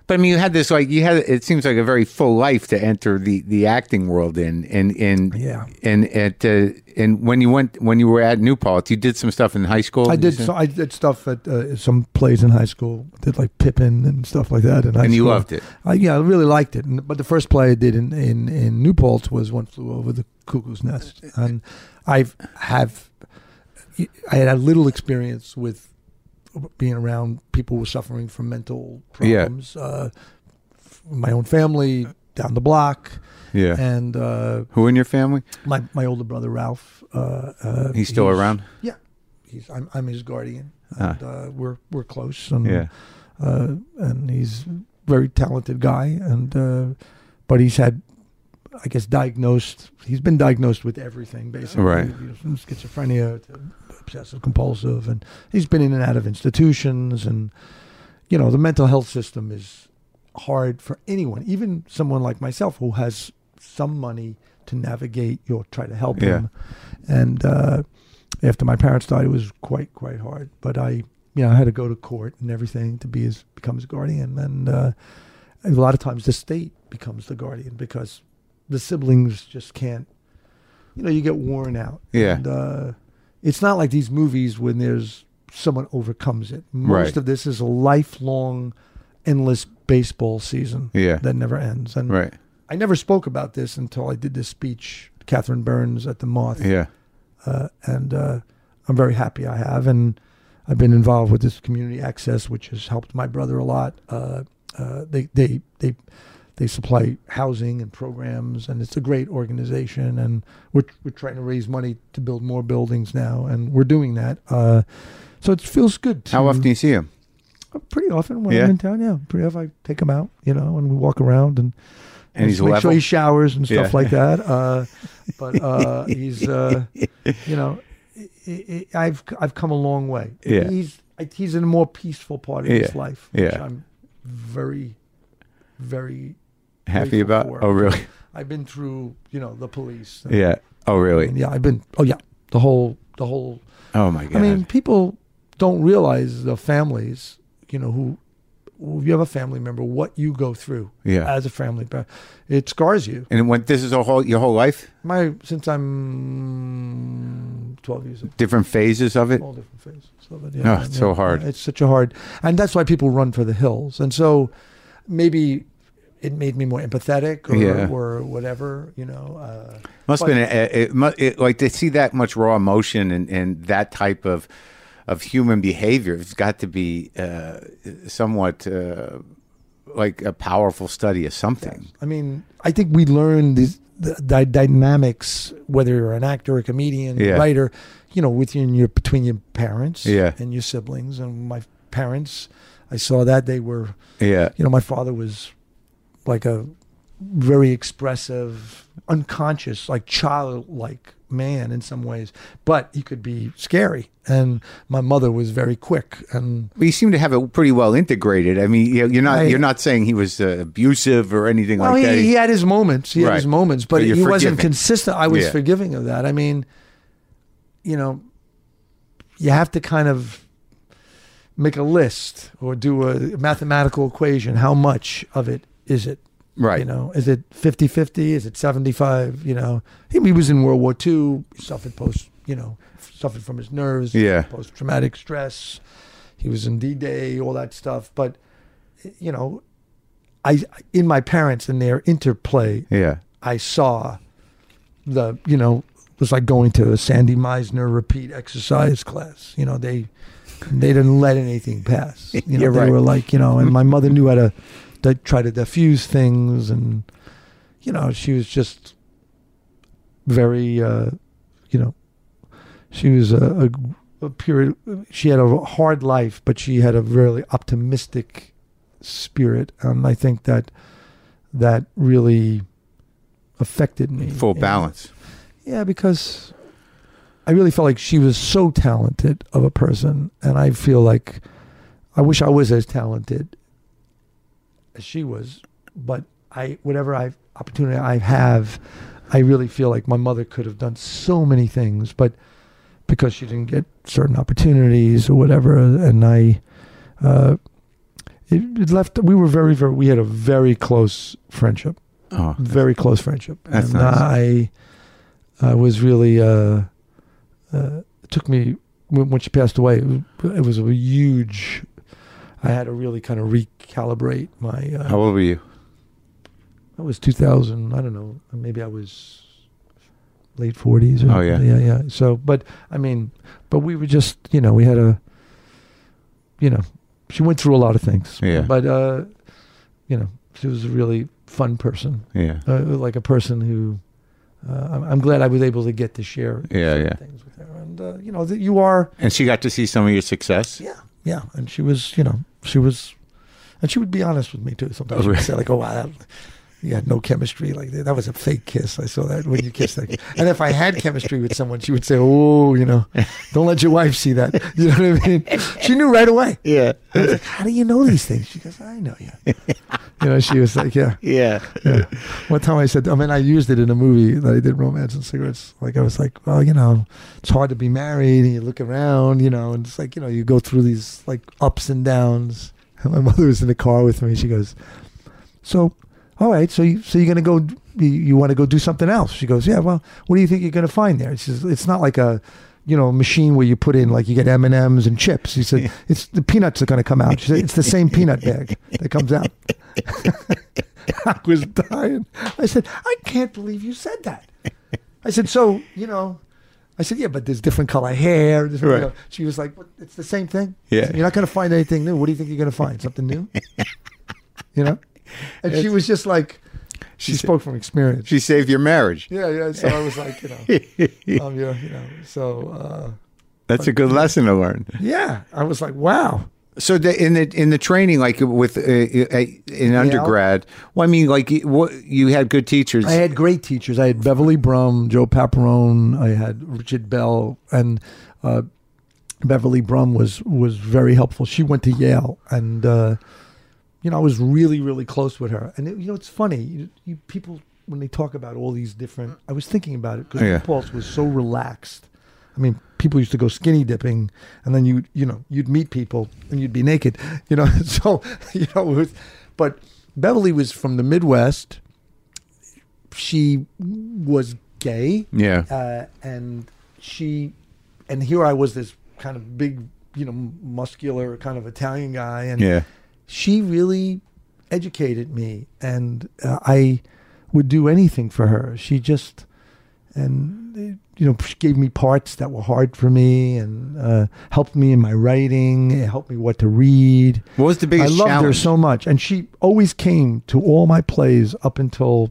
But I mean, you had this like you had. It seems like a very full life to enter the the acting world in, and and
Yeah.
and at uh, and when you went when you were at New Paltz, you did some stuff in high school.
I
you
did.
said?
So I did stuff at uh, some plays in high school. Did like Pippin and stuff like that. In high
And you
school.
loved it?
I, yeah, I really liked it. And, but the first play I did in in in New Paltz was One Flew Over the Cuckoo's Nest, and I have I had a little experience with being around people who were suffering from mental
Yeah.
problems. Uh, f- my own family down the block,
Yeah.
and uh,
Who in your family?
my my older brother Ralph. Uh, uh,
He's still around.
yeah, he's I'm I'm his guardian.
Ah.
And, uh, we're we're close, and
Yeah.
uh, and he's a very talented guy, and uh, but he's had, I guess, diagnosed. He's been diagnosed with everything basically,
Right.
You know, from schizophrenia, to obsessive compulsive, and he's been in and out of institutions, and you know the mental health system is hard for anyone, even someone like myself who has some money to navigate or try to help
Yeah.
him. And uh, after my parents died, it was quite quite hard. But I, you know, I had to go to court and everything to be his become his guardian. And uh, a lot of times the state becomes the guardian because the siblings just can't. You know, you get worn out.
Yeah.
And, uh, it's not like these movies when there's someone overcomes it. Most
Right.
of this is a lifelong, endless baseball season
Yeah.
that never ends. And
Right.
I never spoke about this until I did this speech, Catherine Burns at the Moth,
Yeah.
uh, and uh, I'm very happy I have. And I've been involved with this community access, which has helped my brother a lot. Uh, uh, they they they they supply housing and programs, and it's a great organization. And we're we're trying to raise money to build more buildings now, and we're doing that. Uh, so it feels good. To,
How often do you see him?
Pretty often when
Yeah.
I'm in town, yeah. Pretty often I take him out, you know, and we walk around and
And he's
make
level.
sure he showers and stuff
Yeah.
like that. Uh, but uh, he's, uh, you know, i i I've I've come a long way.
Yeah.
He's I- he's in a more peaceful part of his
Yeah.
life, which
Yeah.
I'm very, very
Happy
grateful
about?
for.
Oh really?
I've been through, you know, the police. And,
Yeah. Oh really?
yeah, I've been. Oh yeah, the whole the whole
Oh my god.
I mean, people don't realize the families, you know, who, who- if you have a family member, what you go through
Yeah.
as a family member. It scars you.
and when this is a whole your whole life,
My Since I'm 12 years old,
different phases of it.
all different phases of it. Yeah,
Oh, it's so
yeah.
hard.
It's such a hard, and that's why people run for the hills. And so maybe it made me more empathetic or,
Yeah.
or whatever, you know. Uh,
Must have been a, it, mu- it, like to see that much raw emotion and, and that type of of human behavior. It's got to be uh, somewhat uh, like a powerful study of something.
I mean, I think we learn these the, the dynamics, whether you're an actor, a comedian,
Yeah.
writer, you know, within your between your parents
Yeah.
and your siblings. And my parents, I saw that they were,
Yeah,
you know, my father was like a very expressive, unconscious, like childlike man in some ways, but he could be scary. And my mother was very quick and
but you seem to have it pretty well integrated. I mean, you- you're not
I-
you're not saying he was uh, abusive or anything
Well,
like that.
he, he had his moments. He had his
Right.
moments,
But
but he
you're
wasn't
forgiving.
consistent. I was
Yeah.
forgiving of that. I mean, you know, you have to kind of make a list or do a mathematical equation. How much of it is it?
Right.
You know, is it 50 50? Is it 75? You know, he, he was in World War II, suffered post, you know, suffered from his nerves,
Yeah.
post traumatic stress. He was in D Day, all that stuff. But, you know, I in my parents and their interplay,
yeah,
I saw the you know it was like going to a Sandy Meisner repeat exercise class. You know they they didn't let anything pass. You know
You're
they
right.
were like you know, and my mother knew how to, to try to diffuse things, and you know she was just very uh, you know she was a, a, a period. She had a hard life, but she had a really optimistic spirit, and I think that that really affected me.
full
And-
balance.
Yeah, because I really felt like she was so talented of a person, and I feel like I wish I was as talented as she was. But I, whatever I opportunity I have, I really feel like my mother could have done so many things, but because she didn't get certain opportunities or whatever, and I, uh, it, it left. We were very, very. We had a very close friendship.
Oh,
Very close friendship.
That's
and
nice.
I, I was really. Uh, uh, it took me when when she passed away. It was, it was a huge. I had to really kind of recalibrate my. Uh,
how old were you?
that was 2000. I don't know. Maybe I was late 40s. Or,
Oh, yeah.
yeah, yeah. So, but I mean, but we were just, you know, we had a, you know, she went through a lot of things.
Yeah.
But uh, you know, she was a really fun person,
Yeah,
uh, like a person who. Uh, I'm- I'm glad I was able to get to share
Yeah,
certain
yeah.
things with her, and uh, you know that you are
and she got to see some of your success.
yeah, yeah. And she was, you know, she was, and she would be honest with me too. Sometimes she would say like, "Oh, wow, that, you had no chemistry. Like that was a fake kiss. I saw that when you kissed that." And if I had chemistry with someone, she would say, "Oh, you know, don't let your wife see that." You know what I mean? She knew right away.
Yeah,
I was like, How do you know these things? She goes, "I know you." You know, she was like, "Yeah."
yeah,
Yeah. One time I said, I mean, I used it in a movie that I did romance and cigarettes. Like I was like, well, you know, it's hard to be married, and you look around, you know, and it's like, you know, you go through these like ups and downs. And my mother was in the car with me. She goes, so, all right, so you so you're gonna go, you, you want to go do something else? She goes, yeah. Well, what do you think you're gonna find there? She says, it's not like a. You know, machine where you put in like you get M and M's and chips. She said, "It's the peanuts are going to come out." She said, "It's the same peanut bag that comes out." I was dying. I said, I can't believe you said that. I said, so, you know, I said, yeah, but there's different color hair. different- you
Right.
know. She was like, what, it's the same thing.
Yeah.
You're not going to find anything new. What do you think you're going to find? Something new? you know? And she was just like,
She
she,
said-
spoke from experience.
she saved your marriage.
yeah, yeah. So I was like, you know, I'm your, you know, so, uh,
That's a good lesson to learn.
yeah. I was like, wow.
So the, in the in the training, like with uh, uh, in undergrad, well, I mean, like you- what you had good teachers.
I had great teachers. I had Beverly Brum, Joe Paparone. I had Richard Bell, and uh, Beverly Brum was was very helpful. She went to Yale, and uh, you know I was really really close with her. And it, you know it's funny, you, you people when they talk about all these different. I was thinking about it because
Yeah.
Pulse was so relaxed. I mean, people used to go skinny dipping, and then you you know you'd meet people and you'd be naked, you know. So you know, it was, but Beverly was from the Midwest she was gay
yeah,
uh, and she and here i was this kind of big you know muscular kind of italian guy and
yeah,
she really educated me and uh, i would do anything for her she just and uh, you know she gave me parts that were hard for me and uh, helped me in my writing helped me what to read
What was the biggest
I loved her
challenge?
so much, and she always came to all my plays up until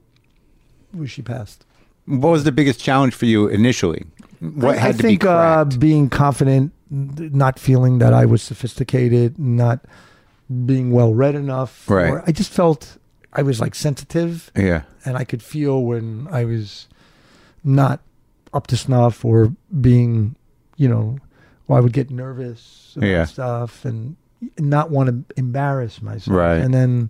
she passed.
What was the biggest challenge for you initially? What
I,
had to
I think
be
uh,
cracked?
being confident, n- not feeling that I was sophisticated, not being well read enough.
Right.
I just felt I was like sensitive,
yeah,
and I could feel when I was not up to snuff or being, you know, well, I would get nervous about
Yeah.
stuff and not want to embarrass myself.
Right.
And then,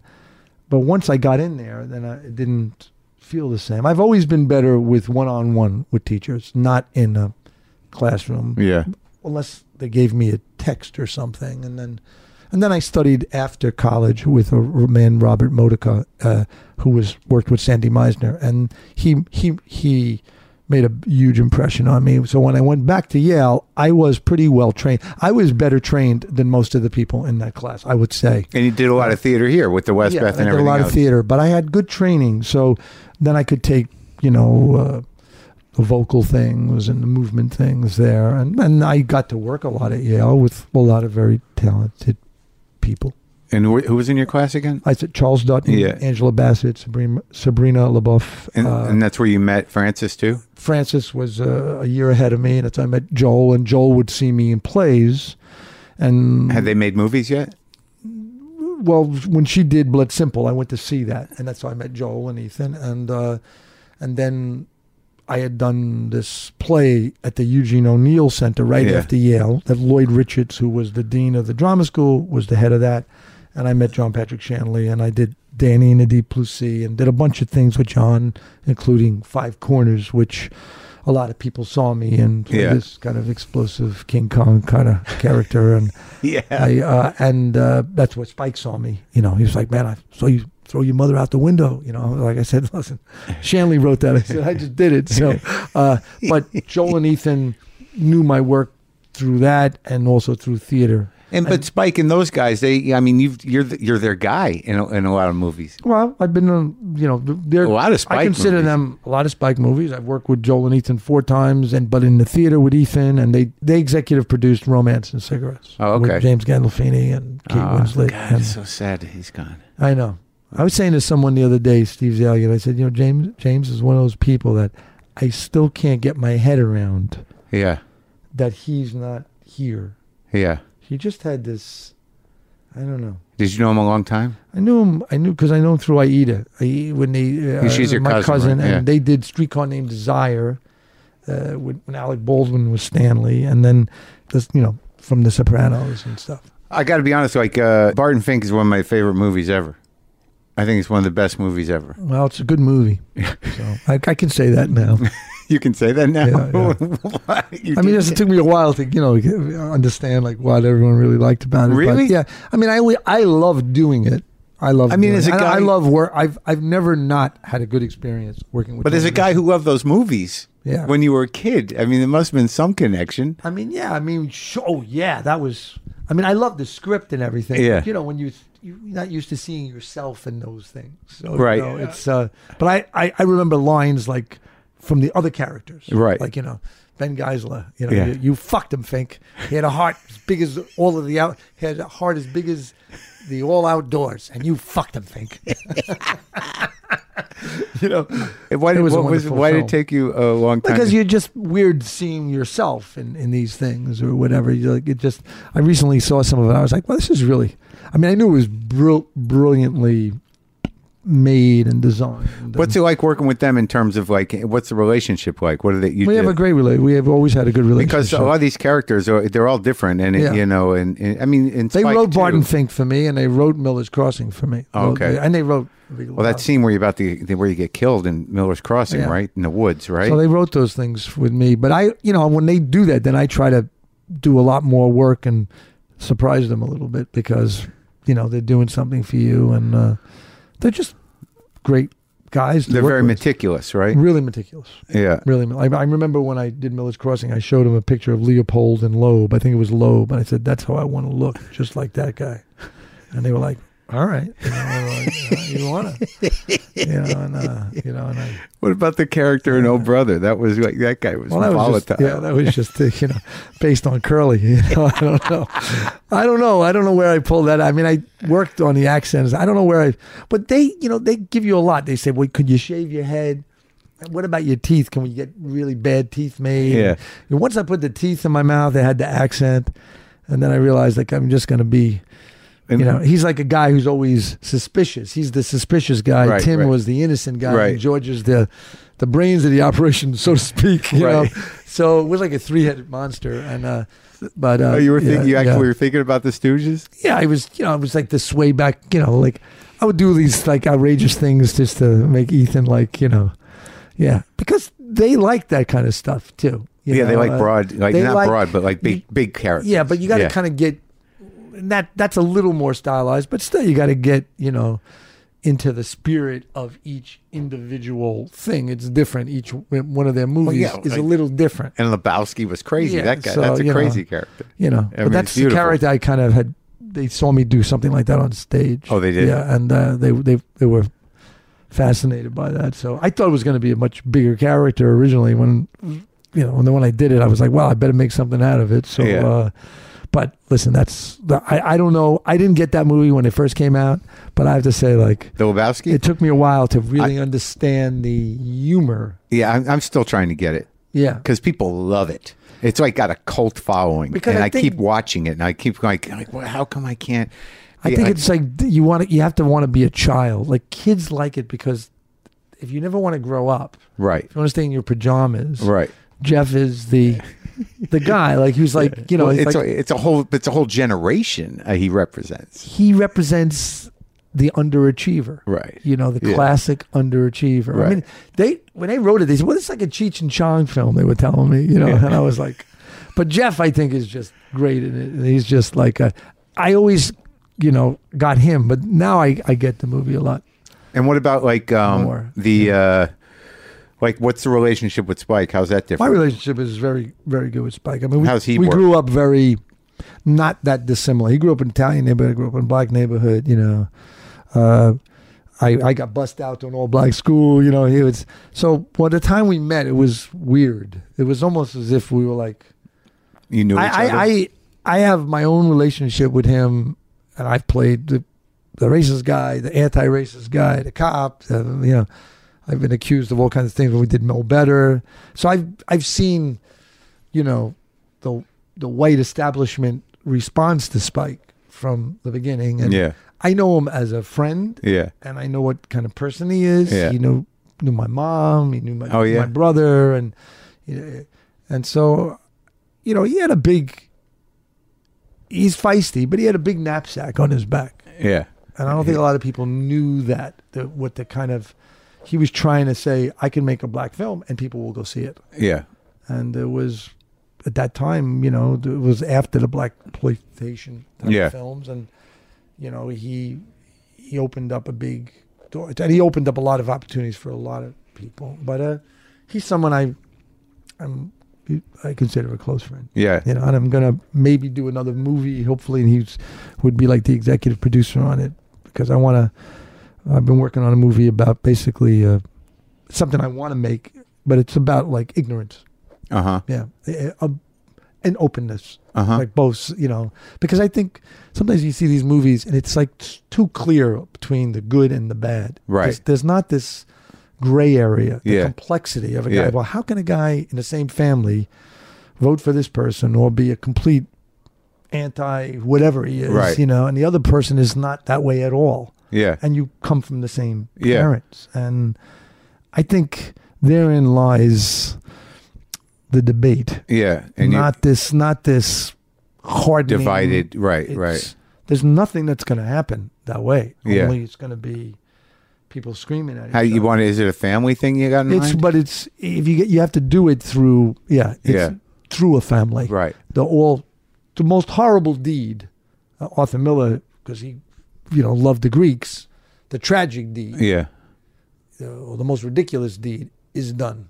but once I got in there, then I it didn't feel the same. I've always been better with one on one with teachers, not in a classroom
yeah,
unless they gave me a text or something and then and then I studied after college with a r- man Robert Modica uh, who was worked with Sandy Meisner and he he he made a huge impression on me so when I went back to Yale I was pretty well trained I was better trained than most of the people in that class I would say
and you did a lot of theater here with the West
yeah,
Beth
I
and
did
everything
a lot
else.
of theater, but I had good training, so then I could take you know uh, the vocal things and the movement things there, and and I got to work a lot at Yale with a lot of very talented people.
And wh- who was in your class again?
I said Charles Dutton,
Yeah.
Angela Bassett, Sabrina, Sabrina LaBeouf.
And,
uh,
and that's where you met Francis too.
Francis was uh, a year ahead of me, and that's I met Joel, and Joel would see me in plays, and
Had they made movies yet?
well, when she did Blood Simple, I went to see that, and that's how I met Joel and Ethan, and uh, and then I had done this play at the Eugene O'Neill Center right
Yeah.
after Yale. That Lloyd Richards, who was the dean of the drama school, was the head of that, and I met John Patrick Shanley, and I did Danny and the Deep Blue Sea, and did a bunch of things with John, including Five Corners, which a lot of people saw me in sort of
Yeah.
this kind of explosive King Kong kind of character, and
Yeah.
I, uh, and uh, that's what Spike saw me. You know, he was like, "Man, I saw you throw your mother out the window." You know, like I said, listen, Shanley wrote that. I said, "I just did it." So, uh, but Joel and Ethan knew my work through that, and also through theater.
And but Spike and those guys, they I mean you've you're th- you're their guy in a, in a lot of movies.
Well, I've been on, you know, they're,
A lot of
I
Spike
consider
movies.
them a lot of Spike movies. I've worked with Joel and Ethan four times, and but in the theater with Ethan, and they they executive produced Romance and Cigarettes.
Oh, okay. Ah,
With James Gandolfini and Kate Winslet.
God,
and-
it's so sad that he's gone.
I know. I was saying to someone the other day, Steve Zalian, I said, you know, James James is one of those people that I still can't get my head around
Yeah.
that he's not here.
Yeah.
He just had this. I don't know.
Did you know him a long time?
I knew him. I knew because I know him through Aida. I, when they, uh,
she's your
my
cousin, right?
and
Yeah.
they did Streetcar Named Desire uh, when, when Alec Baldwin was Stanley, and then this, you know, from The Sopranos and stuff.
I got to be honest. Like uh, Barton Fink is one of my favorite movies ever. I think it's one of the best movies ever.
Well, it's a good movie, so I, I can say that now.
You can say that now.
Yeah, yeah.
Why? You
I mean,
did-
yes, it took me a while to you know understand like what everyone really liked about it. but
Really?
yeah. I mean, I always- I love doing it. I love.
I mean,
doing
as
it.
a
I- I
guy-
love work. I've I've never not had a good experience working with.
but as a
television.
guy who loved those movies
Yeah.
when you were a kid, I mean, there must have been some connection.
I mean, yeah. I mean, sh- oh yeah, that was. I mean, I love the script and everything.
Yeah.
You know, when you you're not used to seeing yourself in those things. So, you
Right.
know, it's uh. But I, I I remember lines like from the other characters.
Right.
Like you know. Ben Geisler, you know,
Yeah.
you, you fucked him, Fink. He had a heart as big as all of the out, he had a heart as big as the all outdoors, and you fucked him, Fink. you know,
And Why,
It
did-
was a
what was,
wonderful
why did
film.
it take you a long time?
because
to-
you're just weird seeing yourself in, in these things or whatever. You like it just. I recently saw some of it. I was like, well, this is really. I mean, I knew it was bril- brilliantly made and designed.
what's it like working with them in terms of like what's the relationship like? What are they? You
we have
did-
a great relationship. We have always had a good relationship.
because uh, a lot of these characters are they're all different, and it-
Yeah.
you know, and, and- I mean, and
they
Spike,
wrote
too.
Barton Fink for me, and they wrote Miller's Crossing for me.
Oh, okay.
and they wrote.
Well, that scene where you about the where you get killed in Miller's Crossing,
Yeah.
right in the woods, right?
So they wrote those things with me. But I, you know, when they do that, then I try to do a lot more work and surprise them a little bit because, you know, they're doing something for you and uh, they're just great guys. to
They're
work
very
with.
meticulous, right?
Really meticulous.
Yeah.
Really. I, I remember when I did Miller's Crossing, I showed him a picture of Leopold and Loeb. I think it was Loeb. And I said, that's how I want to look, just like that guy. And they were like, all right, you know, they were like, "Uh, you want to, you know, and uh, you know, and I,
What about the character in Oh Brother? That was like that guy was
was
volatile.
just, yeah, that was just uh, you know based on Curly. You know, I don't know, I don't know, I don't know where I pulled that. I mean, I worked on the accents. I don't know where I, but they, you know, they give you a lot. They say, "Well, could you shave your head? What about your teeth? Can we get really bad teeth made?"
Yeah.
And once I put the teeth in my mouth, I had the accent, and then I realized like I'm just gonna be.
And-
You know, he's like a guy who's always suspicious. He's the suspicious guy.
Right,
Tim
right.
was the innocent guy.
Right.
And George is the the brains of the operation, so to speak. You
Right.
know, so it was like a three-headed monster. And uh, but uh,
Oh, you were
yeah,
thinking, you actually
yeah.
were thinking about the Stooges?
yeah, I was, you know, I was like this way back, you know, like I would do these like outrageous things just to make Ethan like, you know, yeah, because they like that kind of stuff too. you
yeah, they
know,
like
uh,
broad, like
they
not
like-
broad, but like big,
you-
big characters.
yeah, but you got to kind of get and that. That's a little more stylized, but still, you got to get you know into the spirit of each individual thing. It's different. Each one of their movies
yeah,
is a
like-
little different.
And Lebowski was crazy.
Yeah,
that guy,
so,
that's a
you know.
crazy character.
You know,
I
but
mean,
that's
it's
the
beautiful.
character I kind of had. They saw me do something like that on stage.
Oh, they did?
Yeah, and uh, they they they were fascinated by that. So I thought it was going to be a much bigger character originally. When you know, and then when I did it, I was like, well, I better make something out of it. So,
Yeah.
uh, but listen, that's the- I I don't know. I didn't get that movie when it first came out, but I have to say, like,
The Lebowski.
it took me a while to really understand the humor.
yeah, I'm, I'm still trying to get it
Yeah,
because people love it. It's like got a cult following,
Because
and I,
I think-
keep watching it, and I keep like, like well, how come I can't?
I
Yeah,
think it's like d- you want to, you have to want to be a child. Like kids like it because if you never want to grow up,
right,
if you want to stay in your pajamas,
right.
Jeff is the the guy. Like he was like you know
Well,
it's
it's
like,
a, it's a whole it's a whole generation uh, he represents.
he represents the underachiever.
Right.
You know, the
Yeah.
classic underachiever. I
Right.
mean, they when they wrote it, they said, "Well, it's like a Cheech and Chong film." They were telling me, you know, and I was like, "But Jeff, I think is just great in it. And he's just like a, I always, you know, got him, but now I I get the movie a lot.
And what about like um,
More.
the uh, like what's the relationship with Spike? How's that
My
different?
relationship is very very good with Spike. I mean, we,
How's he
we
work?
grew up very not that dissimilar. He grew up in Italian neighborhood, I grew up in black neighborhood, you know. Uh, I, I got bussed out to an all black school, you know. It was so. By the time we met, it was weird. It was almost as if we were like
you knew each
I,
other.
I, I I have my own relationship with him, and I've played the, the racist guy, the anti-racist guy, the cop. The, you know, I've been accused of all kinds of things, but we did no better. So I've I've seen, you know, the the white establishment response to Spike from the beginning, and
yeah,
I know him as a friend,
yeah.
and I know what kind of person he is.
Yeah.
He knew knew my mom. He knew my
Oh, yeah.
my brother, and you know, and so you know he had a big. He's feisty, but he had a big knapsack on his back,
Yeah.
and I don't think a lot of people knew that. The, what the kind of he was trying to say, I can make a black film and people will go see it.
Yeah.
And it was at that time, you know, it was after the black exploitation type
Yeah.
of films, and you know he he opened up a big door and he opened up a lot of opportunities for a lot of people but uh he's someone i i'm i consider a close friend
Yeah.
you know and i'm gonna maybe do another movie hopefully and he's would be like the executive producer on it because i want to i've been working on a movie about basically uh something i want to make but it's about like ignorance
Uh huh.
yeah eh, eh, um, and openness
Uh huh.
like both you know because i think sometimes you see these movies and it's like t- too clear between the good and the bad
Right.
there's, there's not this gray area the
Yeah.
complexity of a guy
Yeah.
well how can a guy in the same family vote for this person or be a complete anti whatever he is
Right.
you know and the other person is not that way at all
yeah.
and you come from the same
Yeah.
parents. And I think therein lies the debate.
Yeah. And you
not this, not this hard
divided. Right. Right.
There's nothing that's going to happen that way.
Yeah.
Only it's going to be people screaming at
How
each
you
other.
want? Is it a family thing you got in
It's
mind?
but it's if you get you have to do it through yeah it's
Yeah.
through a family
Right.
the all the most horrible deed uh, Arthur Miller because he you know loved the Greeks the tragic deed
Yeah.
uh, or the most ridiculous deed is done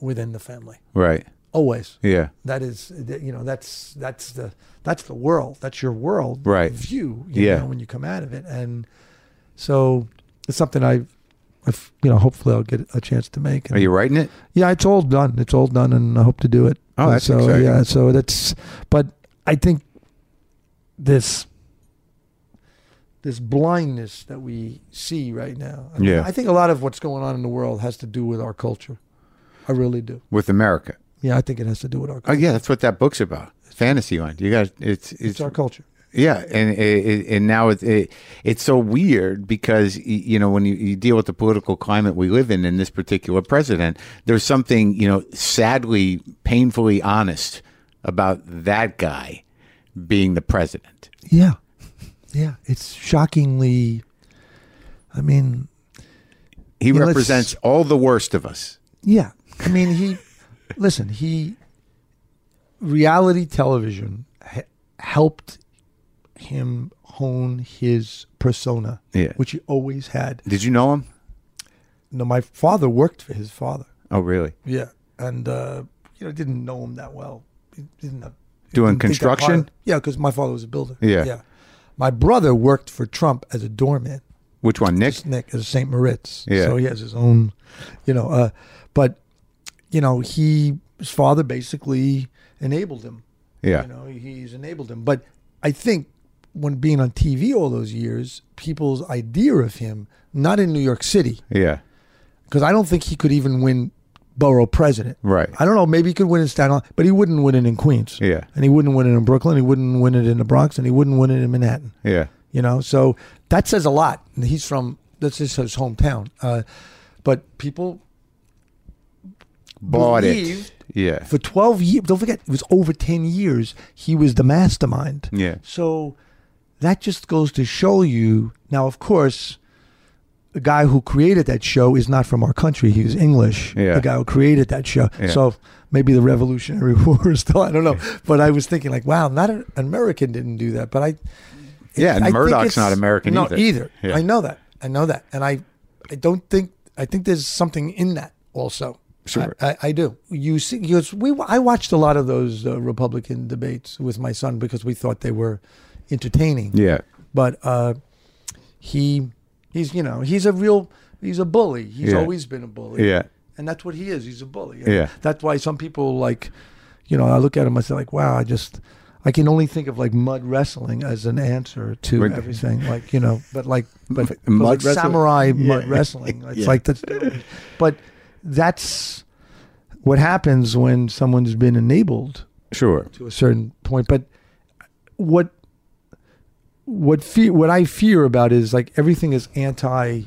within the family
Right.
always
Yeah.
that is that- you know that's that's the that's the world that's your world
Right.
view you
Yeah.
know, when you come out of it and so it's something i if you know hopefully i'll get a chance to make
Are you writing it?
yeah it's all done it's all done and i hope to do it
Oh,
And
that's
so
exciting.
yeah so that's but i think this this blindness that we see right now I mean,
Yeah.
i think a lot of what's going on in the world has to do with our culture i really do
with America?
yeah i think it has to do with our
Oh
culture
yeah, that's what that book's about. Fantasyland. You guys, it's it's,
it's our culture
yeah, and it, it- and now it, it it's so weird because y- you know when you, you deal with the political climate we live in and this particular president, there's something you know sadly, painfully honest about that guy being the president.
Yeah. Yeah. It's shockingly, I mean,
He
Yeah, let's-
represents all the worst of us.
yeah. I mean, he, listen, he, reality television ha- helped him hone his persona,
Yeah.
which he always had.
Did you know him?
Now, my father worked for his father.
Oh really?
Yeah. And, uh, you know, didn't know him that well. He Didn't have,
Doing
didn't think that part of-
construction?
yeah, because my father was a builder.
Yeah.
Yeah. My brother worked for Trump as a doorman.
Which one, Nick?
Nick is St. Moritz.
Yeah.
So he has his own, you know, uh, but, you know, he, his father basically enabled him.
Yeah,
You know, he's enabled him. But I think when being on TV all those years, people's idea of him, not in New York City,
yeah,
because I don't think he could even win borough president.
Right.
I don't know. Maybe he could win in Staten Island, but he wouldn't win it in Queens.
Yeah.
And he wouldn't win it in Brooklyn. He wouldn't win it in the Bronx. And he wouldn't win it in Manhattan
yeah,
you know so that says a lot And he's from this is his hometown uh, but people
bought it.
Believed-
Yeah,
for 12 years don't forget it was over 10 years he was the mastermind
yeah,
so that just goes to show you. Now, of course, the guy who created that show is not from our country. He was English.
Yeah.
The guy who created that show.
Yeah.
So maybe the Revolutionary War is still. I don't know. But I was thinking like, wow, not an American didn't do that. But I.
Yeah, and
I think
Murdoch's
it's-
not American
no,
either.
either.
Yeah.
I know that. I know that. And I, I don't think. I think there's something in that also.
Sure.
I, I, I do. You see, you, it's- we I watched a lot of those uh, Republican debates with my son because we thought they were entertaining.
Yeah.
But uh, he, he's you know he's a real he's a bully. He's
Yeah.
always been a bully.
Yeah.
And that's what he is. He's a bully.
Yeah.
That's why some people like, you know, I look at him. I say like, wow, I just. I can only think of like mud wrestling as an answer to
Right.
everything, like you know, but like but, but
mud
like
wrestling?
samurai mud wrestling. It's
Yeah.
like that's, but that's what happens when someone's been enabled
Sure.
to a certain point. But what what fear what I fear about is like everything is anti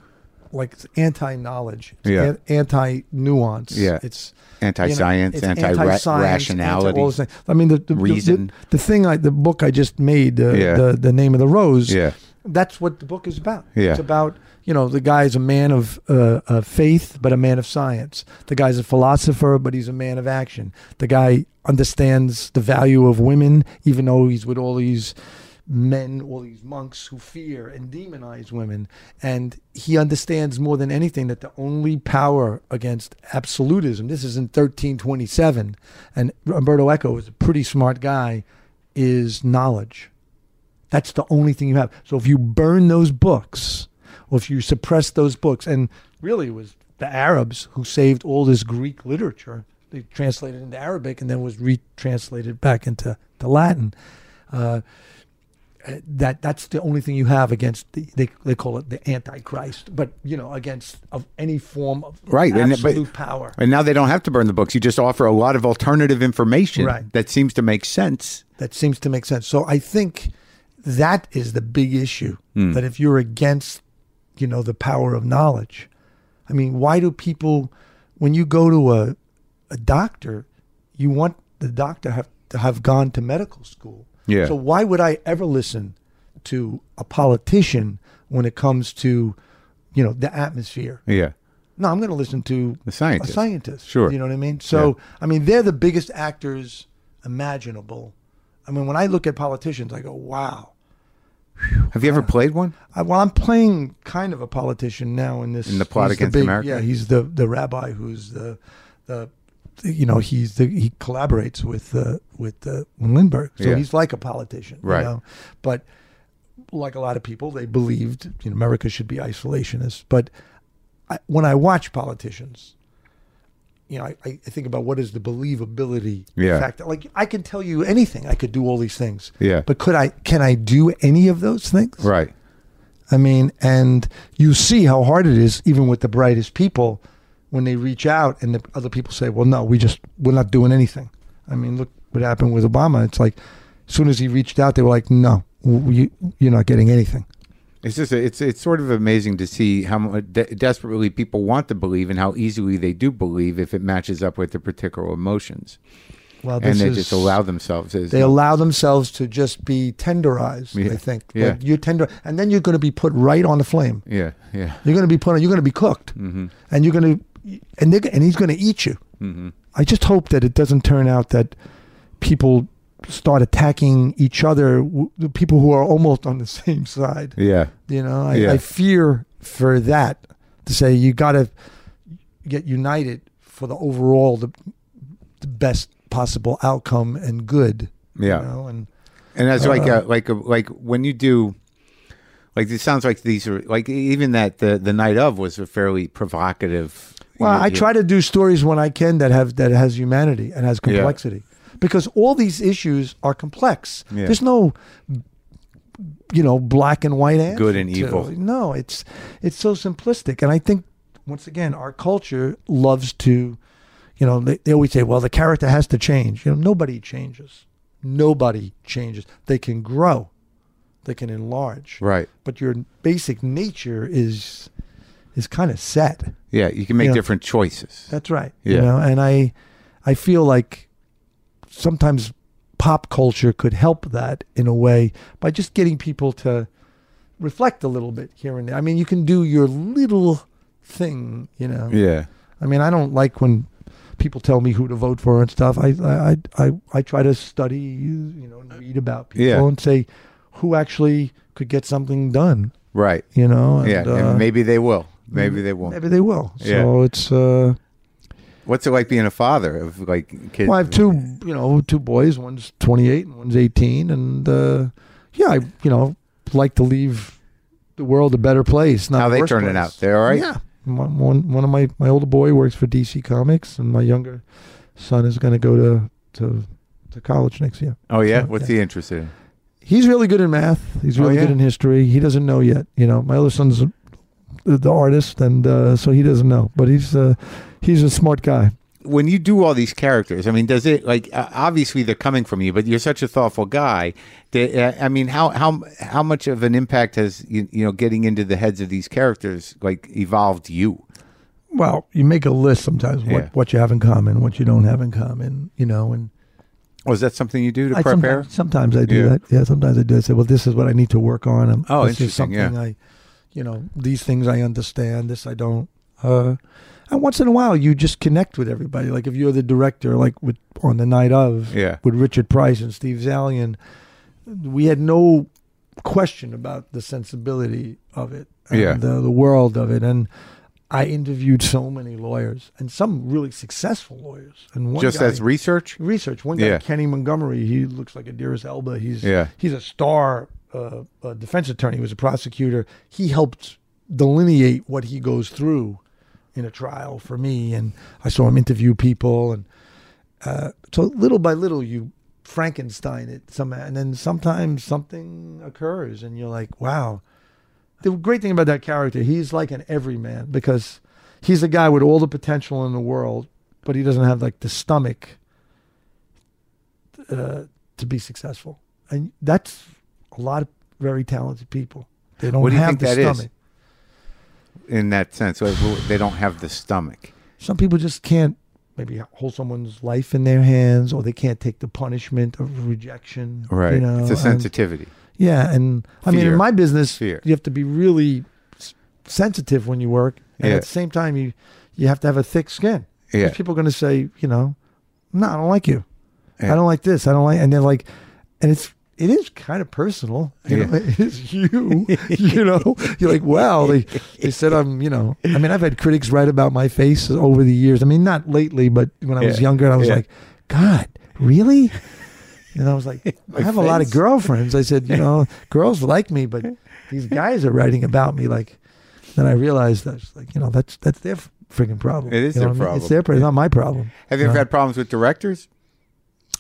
like anti knowledge,
Yeah.
anti nuance.
Yeah.
It's
Anti-science,
it's
anti rationality.
anti- all those things. I mean, the, the
Reason.
the, the thing, I, the book I just made, uh,
Yeah.
the the name of the rose.
Yeah.
that's what the book is about.
Yeah.
it's about you know the guy's a man of uh, of faith, but a man of science. The guy's a philosopher, but he's a man of action. The guy understands the value of women, even though he's with all these men, all these monks who fear and demonize women. And he understands more than anything that the only power against absolutism, this is in 1327, and Umberto Eco is a pretty smart guy, is knowledge. That's the only thing you have. So if you burn those books, or if you suppress those books, and really it was the Arabs who saved all this Greek literature, they translated into Arabic and then was retranslated back into the Latin. Uh, uh, that that's the only thing you have against the, they they call it the Antichrist, but you know against of any form of
Right, and it- but-
absolute power.
And now they don't have to burn the books. You just offer a lot of alternative information
Right.
that seems to make sense.
that seems to make sense. So I think that is the big issue that if you're against, you know, the power of knowledge, I mean, why do people, when you go to a, a doctor, you want the doctor have to have gone to medical school.
Yeah.
So why would I ever listen to a politician when it comes to, you know, the atmosphere?
Yeah.
No, I'm going to listen to
The scientist.
A scientist.
Sure.
You know what I mean? So, I mean, they're the biggest actors imaginable. I mean, when I look at politicians, I go, wow.
Have you ever played one?
I, well, I'm playing kind of a politician now in this.
In the plot
he's
against
big-
America?
Yeah, he's the, the rabbi who's the, the, you know, he's the, he collaborates with, uh, with, uh, Lindbergh. So
Yeah.
he's like a politician. you
Right.
know? But like a lot of people, they believed you know, America should be isolationist. But I, when I watch politicians, you know, I, I think about what is the believability
Yeah.
factor. Like I can tell you anything. I could do all these things.
Yeah.
But could I? Can I do any of those things?
Right.
I mean, and you see how hard it is, even with the brightest people, when they reach out and the other people say, "Well, no, we just we're not doing anything." I mean, look what happened with Obama. It's like, as soon as he reached out, they were like, "No, w- you, you're not getting anything."
It's just it's it's sort of amazing to see how mu- de- desperately people want to believe and how easily they do believe if it matches up with their particular emotions,
Well,
and
this
they
is,
just allow themselves. As,
they allow themselves to just be tenderized.
Yeah.
They think,
Yeah.
Like, you're tender, and then you're going to be put right on the flame.
yeah, yeah,
You're going to be put. on- You're going to be cooked,
Mm-hmm.
and you're going to, and they're, and he's going to eat you.
Mm-hmm.
I just hope that it doesn't turn out that people start attacking each other, w- the people who are almost on the same side.
yeah,
You know, I,
Yeah.
I fear for that to say you got to get united for the overall the, the best possible outcome and good.
Yeah.
you know, and
and that's like
Uh-huh.
a, like a, like when you do. Like it sounds like these are like even that the the night of was a fairly provocative.
Well,
you-
I
you-
try to do stories when I can that have that has humanity and has complexity, because all these issues are complex.
Yeah.
There's no, you know, black and white answer.
Good and
to-
evil.
No, it's it's so simplistic, and I think once again our culture loves to, you know, they, they always say, well, the character has to change. You know, nobody changes. Nobody changes. They can grow, they can enlarge,
right.
but your basic nature is is kind of set.
Yeah, you can make
Yeah.
different choices.
That's right.
Yeah.
You know, and I I feel like sometimes pop culture could help that in a way by just getting people to reflect a little bit here and there. I mean, you can do your little thing, you know.
Yeah.
I mean, I don't like when people tell me who to vote for and stuff. I I I I, I try to study, you know, and read about people
Yeah.
and say who actually could get something done,
Right.
you know. And,
yeah.
uh, Mm-hmm.
and maybe they will. Maybe they won't.
maybe they will. So
Yeah.
it's uh
What's it like being a father of like kids?
well, I have two, you know, two boys. One's 28 and one's 18. And uh, yeah, I, you know, like to leave the world a better place. Not
How
a
they
worse
turning
place.
out? They all right?
Yeah. One, one, one of my, my older boy works for DC Comics, and my younger son is going to go to, to to college next year.
Oh yeah.
So,
What's he interested in?
He's really good in math. He's
Oh,
really
yeah?
good in history. He doesn't know yet. You know, my other son's the, the artist, and uh, so he doesn't know. But he's uh, he's a smart guy.
when you do all these characters, I mean, does it like uh, obviously they're coming from you, but you're such a thoughtful guy. That, uh, I mean, how how how much of an impact has you, you know getting into the heads of these characters like evolved you?
well, you make a list sometimes what,
Yeah.
what you have in common, what you don't have in common, you know, and
Was that something you do to
I
prepare?
sometimes, sometimes I do
Yeah.
that. Yeah, sometimes I do. I say, well, this is what I need to work on. Um,
Oh,
this is
interesting, yeah.
something I, you know, these things I understand. This I don't. Uh, and once in a while, you just connect with everybody. Like if you're the director, like with on the night of,
Yeah.
with Richard Price and Steve Zalian, we had no question about the sensibility of it, and
Yeah.
the, the world of it, and. I interviewed so many lawyers and some really successful lawyers. And one
Just
guy,
as research?
research. One guy,
Yeah.
Kenny Montgomery, he looks like a dearest Elba. He's
Yeah.
he's a star uh, uh defense attorney. He was a prosecutor. He helped delineate what he goes through in a trial for me, and I saw him interview people, and uh, so little by little you Frankenstein it somehow, and then sometimes something occurs, and you're like, wow. The great thing about that character, he's like an everyman because he's a guy with all the potential in the world, but he doesn't have like the stomach uh, to be successful. And that's a lot of very talented people. They don't
What do you
have
think
the
that is?
stomach.
In that sense, like, they don't have the stomach.
Some people just can't maybe hold someone's life in their hands or they can't take the punishment of rejection. You know,
it's a
and-
sensitivity.
yeah. And I mean,
Fear.
in my business,
Fear.
you have to be really s- sensitive when you work. And
Yeah.
at the same time, you, you have to have a thick skin. 'Cause
Yeah.
People are going to say, you know, no, I don't like you.
Yeah.
I don't like this. I don't like, and they're like, and it's it is kind of personal. You know, it is you. you know, you're like, wow. They they said I'm. You know, I mean, I've had critics write about my face over the years. I mean, not lately, but when I was
Yeah.
younger, I was
Yeah.
like, God, really? And I was like, I have a lot of
face.
girlfriends. I said, you know, girls like me, but these guys are writing about me. Like, then I realized I was like, you know, that's that's their freaking problem.
It is
You
their
know what I mean?
problem.
It's their problem. It's not my problem.
Have you ever had problems with directors?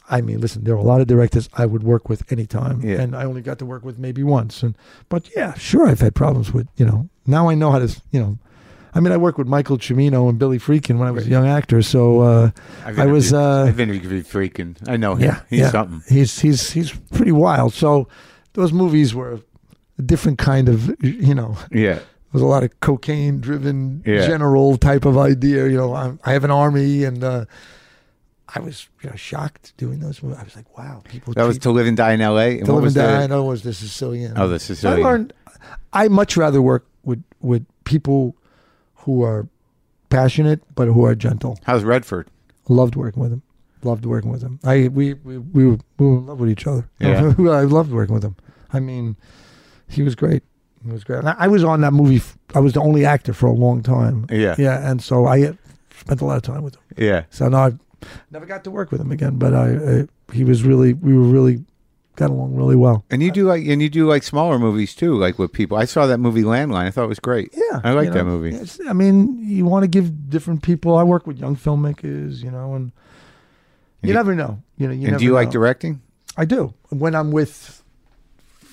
I mean, listen, there were a lot of directors I would work with anytime,
Yeah.
and I only got to work with maybe once. And but yeah, sure, I've had problems with you know. Now I know how to you know. I mean, I worked with Michael Cimino and Billy Freakin when I was a young actor, so uh,
I've
I was.
interviewed-
Uh,
I've interviewed freaking. I know him.
Oh, yeah,
he's
yeah.
something.
He's he's he's pretty wild. So those movies were a different kind of you know.
Yeah,
It was a lot of cocaine driven
Yeah.
general type of idea. You know, I'm, I have an army, and uh, I was you know, shocked doing those movies. I was like, wow, people.
that was
treat-
to live and die in L.A. And
the
what
living
was the-
die. I know was the Sicilian.
Oh, the Sicilian.
I learned. I much rather work with with people who are passionate but who are gentle.
How's Redford?
Loved working with them. Loved working with them. I we we we were, we were in love with each other.
Yeah.
I loved working with him. I mean, he was great. He was great. And I, I was on that movie. f- I was the only actor for a long time.
Yeah.
Yeah, and so I uh, spent a lot of time with him.
Yeah.
So now I never got to work with him again, but I, I he was really we were really got along really well.
And you do like and you do like smaller movies too, like with people. I saw that movie Landline. I thought it was great.
Yeah,
I like
you
that
know,
movie.
it's- I mean, you want to give different people. I work with young filmmakers, you know, and you,
you-
never know. You know, you
and
never
do you like
know.
directing?
I do when I'm with,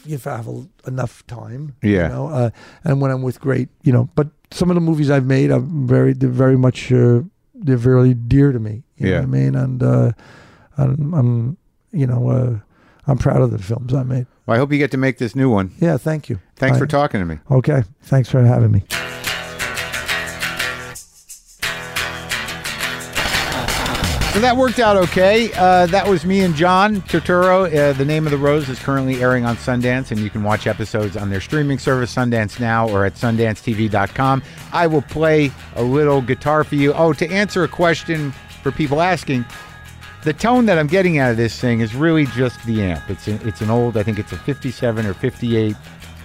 if I have a, enough time.
Yeah.
You know, uh, and when I'm with great, you know, but some of the movies I've made, I'm very, they're very much, uh, they're very dear to me.
Yeah.
You know what I mean, and uh, I'm, I'm, you know, uh, I'm proud of the films I made.
Well, I hope you get to make this new one.
Yeah, thank you.
Thanks for
I-
talking to me.
Okay, thanks for having me.
So that worked out okay. Uh, that was me and John Turturro. Uh, the Name of the Rose is currently airing on Sundance, and you can watch episodes on their streaming service, Sundance Now, or at sundancetv.com. I will play a little guitar for you. Oh, to answer a question for people asking, the tone that I'm getting out of this thing is really just the amp. It's an, it's an old, I think it's a 57 or 58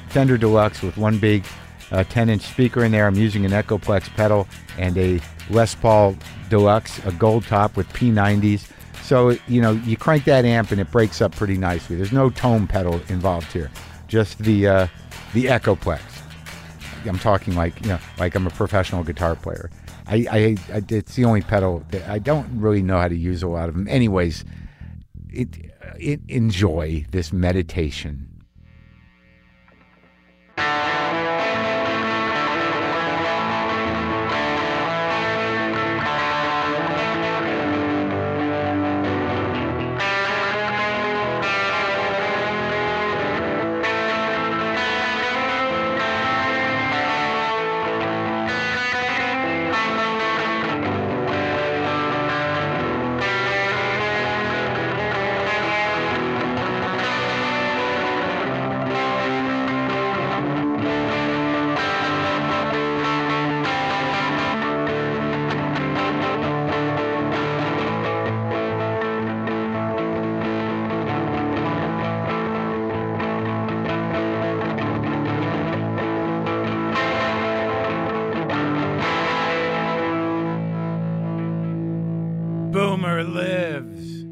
Fender Deluxe with one big uh, 10 inch speaker in there. I'm using an Echoplex pedal and a Les Paul Deluxe, a gold top with P90s. So, you know, you crank that amp and it breaks up pretty nicely. There's no tone pedal involved here, just the, uh, the Echoplex. I'm talking like you know, like I'm a professional guitar player. I, I, I it's the only pedal that I don't really know how to use a lot of them. Anyways, it, it enjoy this meditation. Boomer lives.